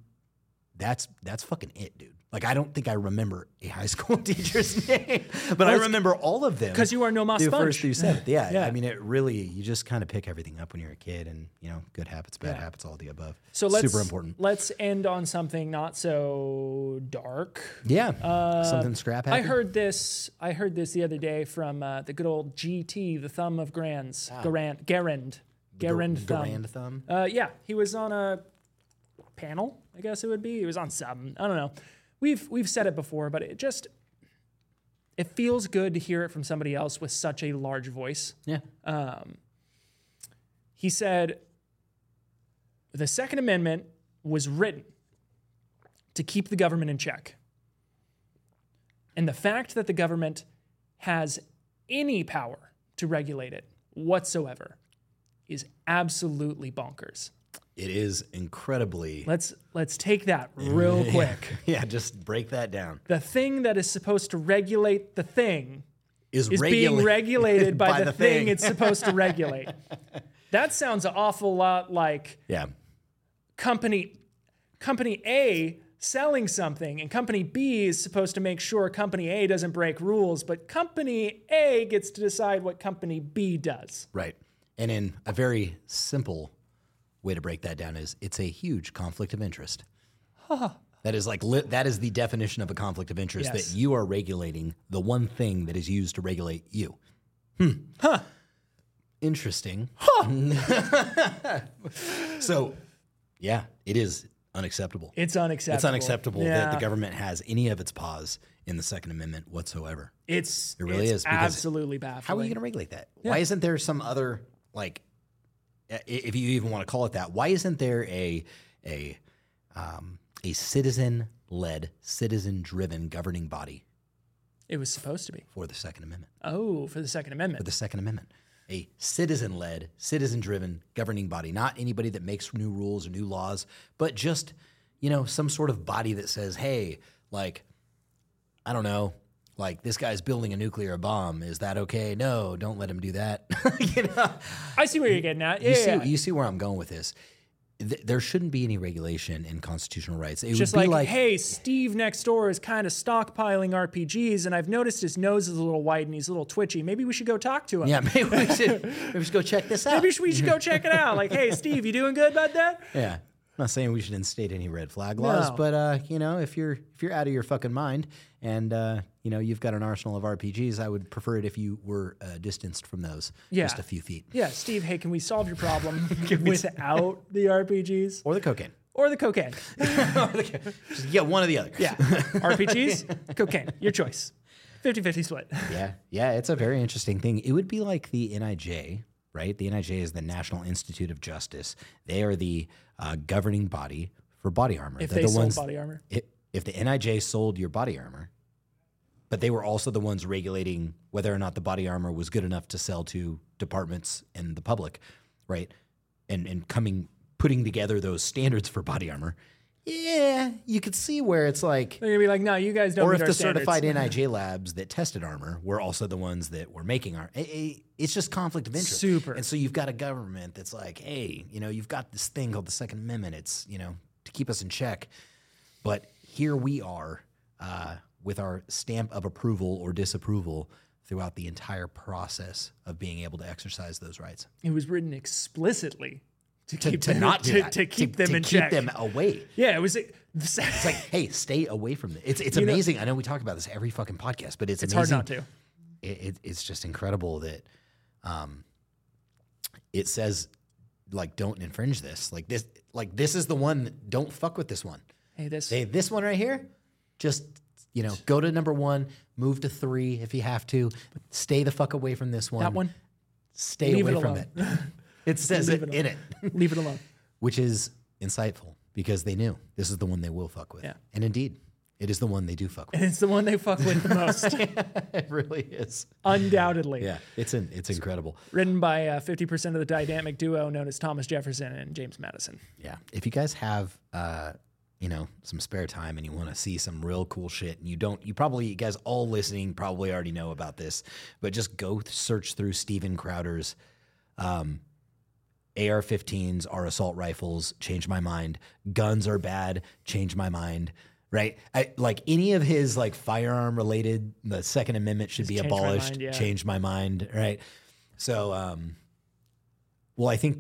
Speaker 1: That's that's fucking it, dude. Like I don't think I remember a high school teacher's name, but I
Speaker 2: it's-
Speaker 1: remember all of them
Speaker 2: Because you are no mas
Speaker 1: through
Speaker 2: sponge.
Speaker 1: first through seventh. Yeah,
Speaker 2: Yeah.
Speaker 1: I mean, it really you just kind of pick everything up when you're a kid, and you know, good habits, bad habits, all the above.
Speaker 2: So let's
Speaker 1: super important.
Speaker 2: let's end on something not so dark.
Speaker 1: Yeah, something scrap
Speaker 2: Uh, I
Speaker 1: happened.
Speaker 2: heard this. I heard this the other day from uh, the good old GT, the thumb of Grands,
Speaker 1: Ah.
Speaker 2: Garand, Garand, Garand thumb.
Speaker 1: Grand thumb.
Speaker 2: Uh, yeah, he was on a panel. I guess it would be. He was on some. I don't know. We've we've said it before, but it just it feels good to hear it from somebody else with such a large voice.
Speaker 1: Yeah,
Speaker 2: He said the Second Amendment was written to keep the government in check. And the fact that the government has any power to regulate it whatsoever is absolutely bonkers.
Speaker 1: it is incredibly.
Speaker 2: Let's let's take that real quick.
Speaker 1: Yeah, just break that down.
Speaker 2: The thing that is supposed to regulate the thing
Speaker 1: Is,
Speaker 2: is
Speaker 1: regula-
Speaker 2: being regulated by, the, thing it's supposed to regulate. that sounds an awful lot like
Speaker 1: yeah,
Speaker 2: company company A selling something, and company B is supposed to make sure company A doesn't break rules, but company A gets to decide what company B does.
Speaker 1: Right. And in a very simple way to break that down is it's a huge conflict of interest. That is like li- that is the definition of a conflict of interest
Speaker 2: Yes.
Speaker 1: that you are regulating the one thing that is used to regulate you. Hmm. Huh. Interesting. so, yeah, it is unacceptable.
Speaker 2: It's unacceptable.
Speaker 1: It's unacceptable that
Speaker 2: Yeah.
Speaker 1: the government has any of its paws in the Second Amendment whatsoever.
Speaker 2: It's it
Speaker 1: really
Speaker 2: really
Speaker 1: is,
Speaker 2: is
Speaker 1: because
Speaker 2: absolutely baffling.
Speaker 1: How are you going to regulate that? Why isn't there some other like, i- if you even want to call it that? Why isn't there a a um, a citizen led, citizen driven governing body
Speaker 2: It was supposed to be.
Speaker 1: for the Second Amendment?
Speaker 2: Oh, for the Second Amendment.
Speaker 1: For the Second Amendment, a citizen led, citizen driven governing body, not anybody that makes new rules or new laws, but just you know some sort of body that says, hey, like I don't know. Like this guy's building a nuclear bomb. Is that okay? No, don't let him do that. you know,
Speaker 2: I see where you're getting at. Yeah,
Speaker 1: you
Speaker 2: yeah, yeah.
Speaker 1: see, you see where I'm going with this. Th- there shouldn't be any regulation in constitutional rights. It
Speaker 2: just
Speaker 1: would be
Speaker 2: like,
Speaker 1: like,
Speaker 2: hey, Steve next door is kind of stockpiling RPGs, and I've noticed his nose is a little wide and he's a little twitchy. Maybe we should go talk to him.
Speaker 1: yeah, maybe we should maybe we should go check this out.
Speaker 2: Maybe we should go check it out. Like, hey, Steve, you doing good about that?
Speaker 1: yeah, I'm not saying we should instate any red flag laws,
Speaker 2: No.
Speaker 1: but uh, you know, if you're if you're out of your fucking mind and uh, you know you've got an arsenal of RPGs, I would prefer it if you were uh, distanced from those
Speaker 2: Yeah.
Speaker 1: just a few feet
Speaker 2: Yeah, Steve, hey, can we solve your problem without the RPGs
Speaker 1: or the cocaine.
Speaker 2: or the cocaine?
Speaker 1: Just get one or the other.
Speaker 2: Yeah, RPGs, cocaine, your choice. 50 50 split.
Speaker 1: Yeah, yeah, it's a very interesting thing. It would be like the NIJ, right? The NIJ is the National Institute of Justice. They are the uh, governing body for body armor.
Speaker 2: If
Speaker 1: They're
Speaker 2: they
Speaker 1: the
Speaker 2: sold body armor.
Speaker 1: i- if the NIJ sold your body armor, but they were also the ones regulating whether or not the body armor was good enough to sell to departments and the public, right? And and coming putting together those standards for body armor. Yeah, you could see where it's like
Speaker 2: They're going to be like, no, you guys don't
Speaker 1: or
Speaker 2: meet
Speaker 1: if
Speaker 2: our
Speaker 1: the
Speaker 2: standards.
Speaker 1: certified NIJ labs that tested armor were also the ones that were making armor. It's just conflict of interest.
Speaker 2: Super.
Speaker 1: And so you've got a government that's like, hey, you know, you've got this thing called the Second Amendment. It's, you know, to keep us in check. But here we are uh, with our stamp of approval or disapproval throughout the entire process of being able to exercise those rights.
Speaker 2: It was written explicitly to,
Speaker 1: To,
Speaker 2: keep
Speaker 1: to
Speaker 2: them,
Speaker 1: not do
Speaker 2: to,
Speaker 1: that.
Speaker 2: to keep them
Speaker 1: to
Speaker 2: in
Speaker 1: keep
Speaker 2: check.
Speaker 1: them away.
Speaker 2: Yeah, it was.
Speaker 1: It's like, hey, stay away from this. It's, it's amazing. I know we talk about this every fucking podcast, but it's,
Speaker 2: it's
Speaker 1: amazing
Speaker 2: hard not to.
Speaker 1: it, it, it's just incredible that um, it says like don't infringe this like this like this is the one don't fuck with this one
Speaker 2: Hey, this
Speaker 1: hey this one right here just you know go to number one move to three if you have to stay the fuck away from this one
Speaker 2: that one.
Speaker 1: stay
Speaker 2: leave
Speaker 1: away
Speaker 2: it
Speaker 1: from
Speaker 2: alone.
Speaker 1: it it says it,
Speaker 2: Leave it
Speaker 1: in it
Speaker 2: Leave it alone.
Speaker 1: which is insightful because they knew this is the one they will fuck with
Speaker 2: Yeah.
Speaker 1: and indeed it is the one they do fuck with
Speaker 2: And it's the one they fuck with the most,
Speaker 1: it really is
Speaker 2: undoubtedly.
Speaker 1: yeah it's in, it's incredible
Speaker 2: Written by uh, 50% of the dynamic duo known as Thomas Jefferson and James Madison.
Speaker 1: Yeah. If you guys have, uh, you know, some spare time and you want to see some real cool shit, and you don't, you probably, you guys all listening probably already know about this, but just go th- search through Steven Crowder's um, AR 15s are assault rifles, change my mind. Guns are bad, change my mind. Right, I, like any of his like firearm related, the Second Amendment should be
Speaker 2: change my
Speaker 1: abolished.
Speaker 2: mind, yeah.
Speaker 1: Change my mind, right? So, um, well, I think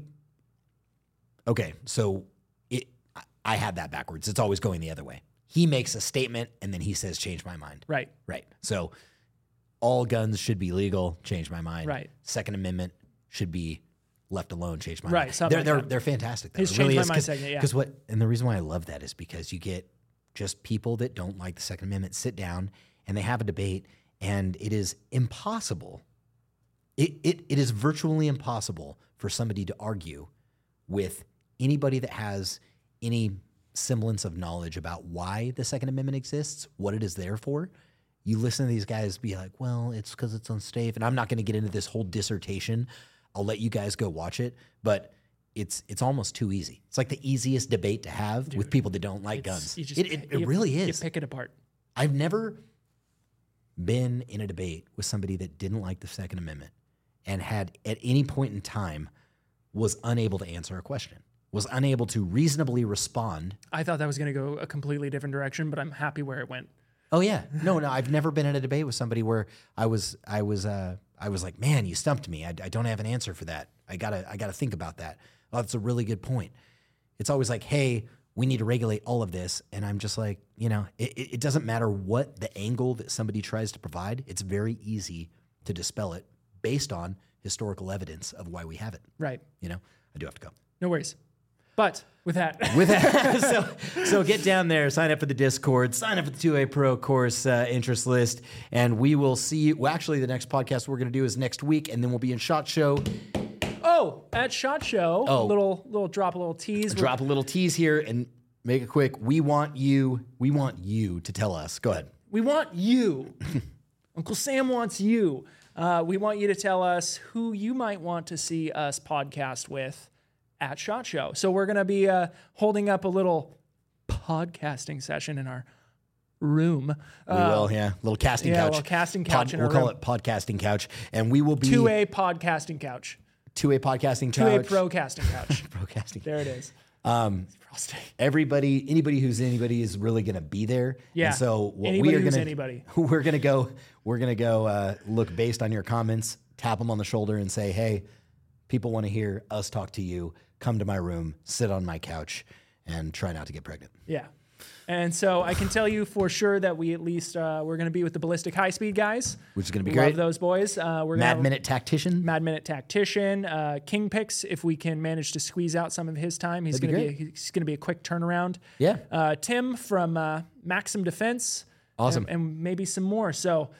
Speaker 1: Okay, so it, I- I had that backwards. It's always going the other way. He makes a statement and then he says, "Change my mind."
Speaker 2: Right.
Speaker 1: Right. So all guns should be legal. Change my mind.
Speaker 2: Right.
Speaker 1: Second Amendment should be left alone. Change my
Speaker 2: Right,
Speaker 1: mind.
Speaker 2: something
Speaker 1: They're
Speaker 2: like
Speaker 1: they're
Speaker 2: that.
Speaker 1: they're fantastic. Though.
Speaker 2: His
Speaker 1: It
Speaker 2: Change My
Speaker 1: is,
Speaker 2: Mind
Speaker 1: 'cause-
Speaker 2: segment, yeah.
Speaker 1: 'cause what and the reason why I love that is because you get just people that don't like the Second Amendment sit down and they have a debate, and it is impossible. It it, it is virtually impossible for somebody to argue with anybody that has any semblance of knowledge about why the Second Amendment exists, what it is there for. You listen to these guys be like, well, it's because it's unsafe. And I'm not going to get into this whole dissertation. I'll let you guys go watch it. But it's it's almost too easy. It's like the easiest debate to have with people that don't like guns.
Speaker 2: You just-
Speaker 1: it it, it
Speaker 2: you-
Speaker 1: really
Speaker 2: You
Speaker 1: is.
Speaker 2: pick it apart.
Speaker 1: I've never been in a debate with somebody that didn't like the Second Amendment and had at any point in time was unable to answer a question was unable to reasonably respond.
Speaker 2: I thought that was going to go a completely different direction, but I'm happy where it went.
Speaker 1: Oh yeah, no, no, I've never been in a debate with somebody where I was, I was, uh, I was like, man, you stumped me. I, I don't have an answer for that. I gotta, I gotta think about that. Oh, that's a really good point. It's always like, hey, we need to regulate all of this, and I'm just like, you know, it, it it doesn't matter what the angle that somebody tries to provide. It's very easy to dispel it based on historical evidence of why we have it.
Speaker 2: Right.
Speaker 1: You know, I do have to go.
Speaker 2: No worries. But with that,
Speaker 1: with that. so, so get down there, sign up for the Discord, sign up for the 2A Pro course uh, interest list, and we will see you. Well, actually, the next podcast we're going to do is next week, and then we'll be in Shot Show.
Speaker 2: oh, at Shot Show,
Speaker 1: Oh.
Speaker 2: little little drop a little tease.
Speaker 1: Drop a little tease here and make it quick. We want you. We want you to tell us. Go ahead.
Speaker 2: We want you. Uncle Sam wants you. Uh, we want you to tell us who you might want to see us podcast with at Shot Show. So we're going to be uh, holding up a little podcasting session in our room.
Speaker 1: We will. Yeah, little casting
Speaker 2: Uh, yeah,
Speaker 1: couch.
Speaker 2: well, casting
Speaker 1: Pod-
Speaker 2: couch in
Speaker 1: we'll
Speaker 2: our
Speaker 1: call
Speaker 2: room.
Speaker 1: it podcasting couch, and we will be
Speaker 2: Two A podcasting couch.
Speaker 1: 2A podcasting
Speaker 2: Two A
Speaker 1: couch.
Speaker 2: pro casting couch.
Speaker 1: Procasting.
Speaker 2: there it is. Um, Frosty.
Speaker 1: everybody, anybody who's anybody is really going to be there.
Speaker 2: Yeah.
Speaker 1: And so what
Speaker 2: Anybody
Speaker 1: we are
Speaker 2: who's
Speaker 1: going to
Speaker 2: anybody.
Speaker 1: we're going to go we're going to go uh, look based on your comments, tap them on the shoulder, and say, hey, people want to hear us talk to you. Come to my room, sit on my couch, and try not to get pregnant.
Speaker 2: Yeah. And so I can tell you for sure that we at least uh, we're going to be with the ballistic high speed guys,
Speaker 1: Which is gonna be
Speaker 2: Love
Speaker 1: great.
Speaker 2: those boys. Uh, we're gonna
Speaker 1: Mad
Speaker 2: have-
Speaker 1: Minute Tactician.
Speaker 2: Mad Minute Tactician, uh, King Picks. If we can manage to squeeze out some of his time, he's
Speaker 1: That'd
Speaker 2: going
Speaker 1: be
Speaker 2: to be, he's going to be a quick turnaround.
Speaker 1: Yeah.
Speaker 2: Uh, Tim from uh, Maxim Defense.
Speaker 1: Awesome.
Speaker 2: And, and maybe some more. So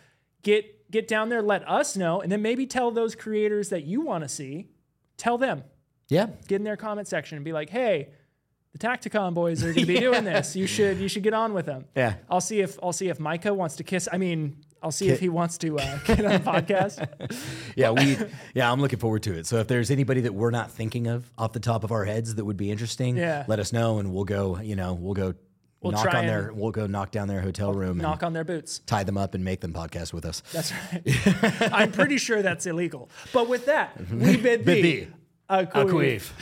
Speaker 2: get get down there, let us know, and then maybe tell those creators that you want to see. Tell them.
Speaker 1: Yeah.
Speaker 2: Get in their comment section and be like, hey. The Tacticon boys are going to be doing this. You should you should get on with them.
Speaker 1: Yeah.
Speaker 2: I'll see if I'll see if Micah wants to kiss. I mean, I'll see if he wants to uh, get on the podcast.
Speaker 1: Yeah, we yeah, I'm looking forward to it. So if there's anybody that we're not thinking of off the top of our heads that would be interesting,
Speaker 2: Yeah.
Speaker 1: let us know and we'll go, you know, we'll go knock
Speaker 2: try
Speaker 1: on
Speaker 2: and-
Speaker 1: their we'll go knock down their hotel room and
Speaker 2: Knock on their boots.
Speaker 1: tie them up and make them podcast with us.
Speaker 2: That's right. I'm pretty sure that's illegal. But with that, we Mm-hmm. bid,
Speaker 1: Bid
Speaker 2: thee
Speaker 1: thee
Speaker 2: a queef.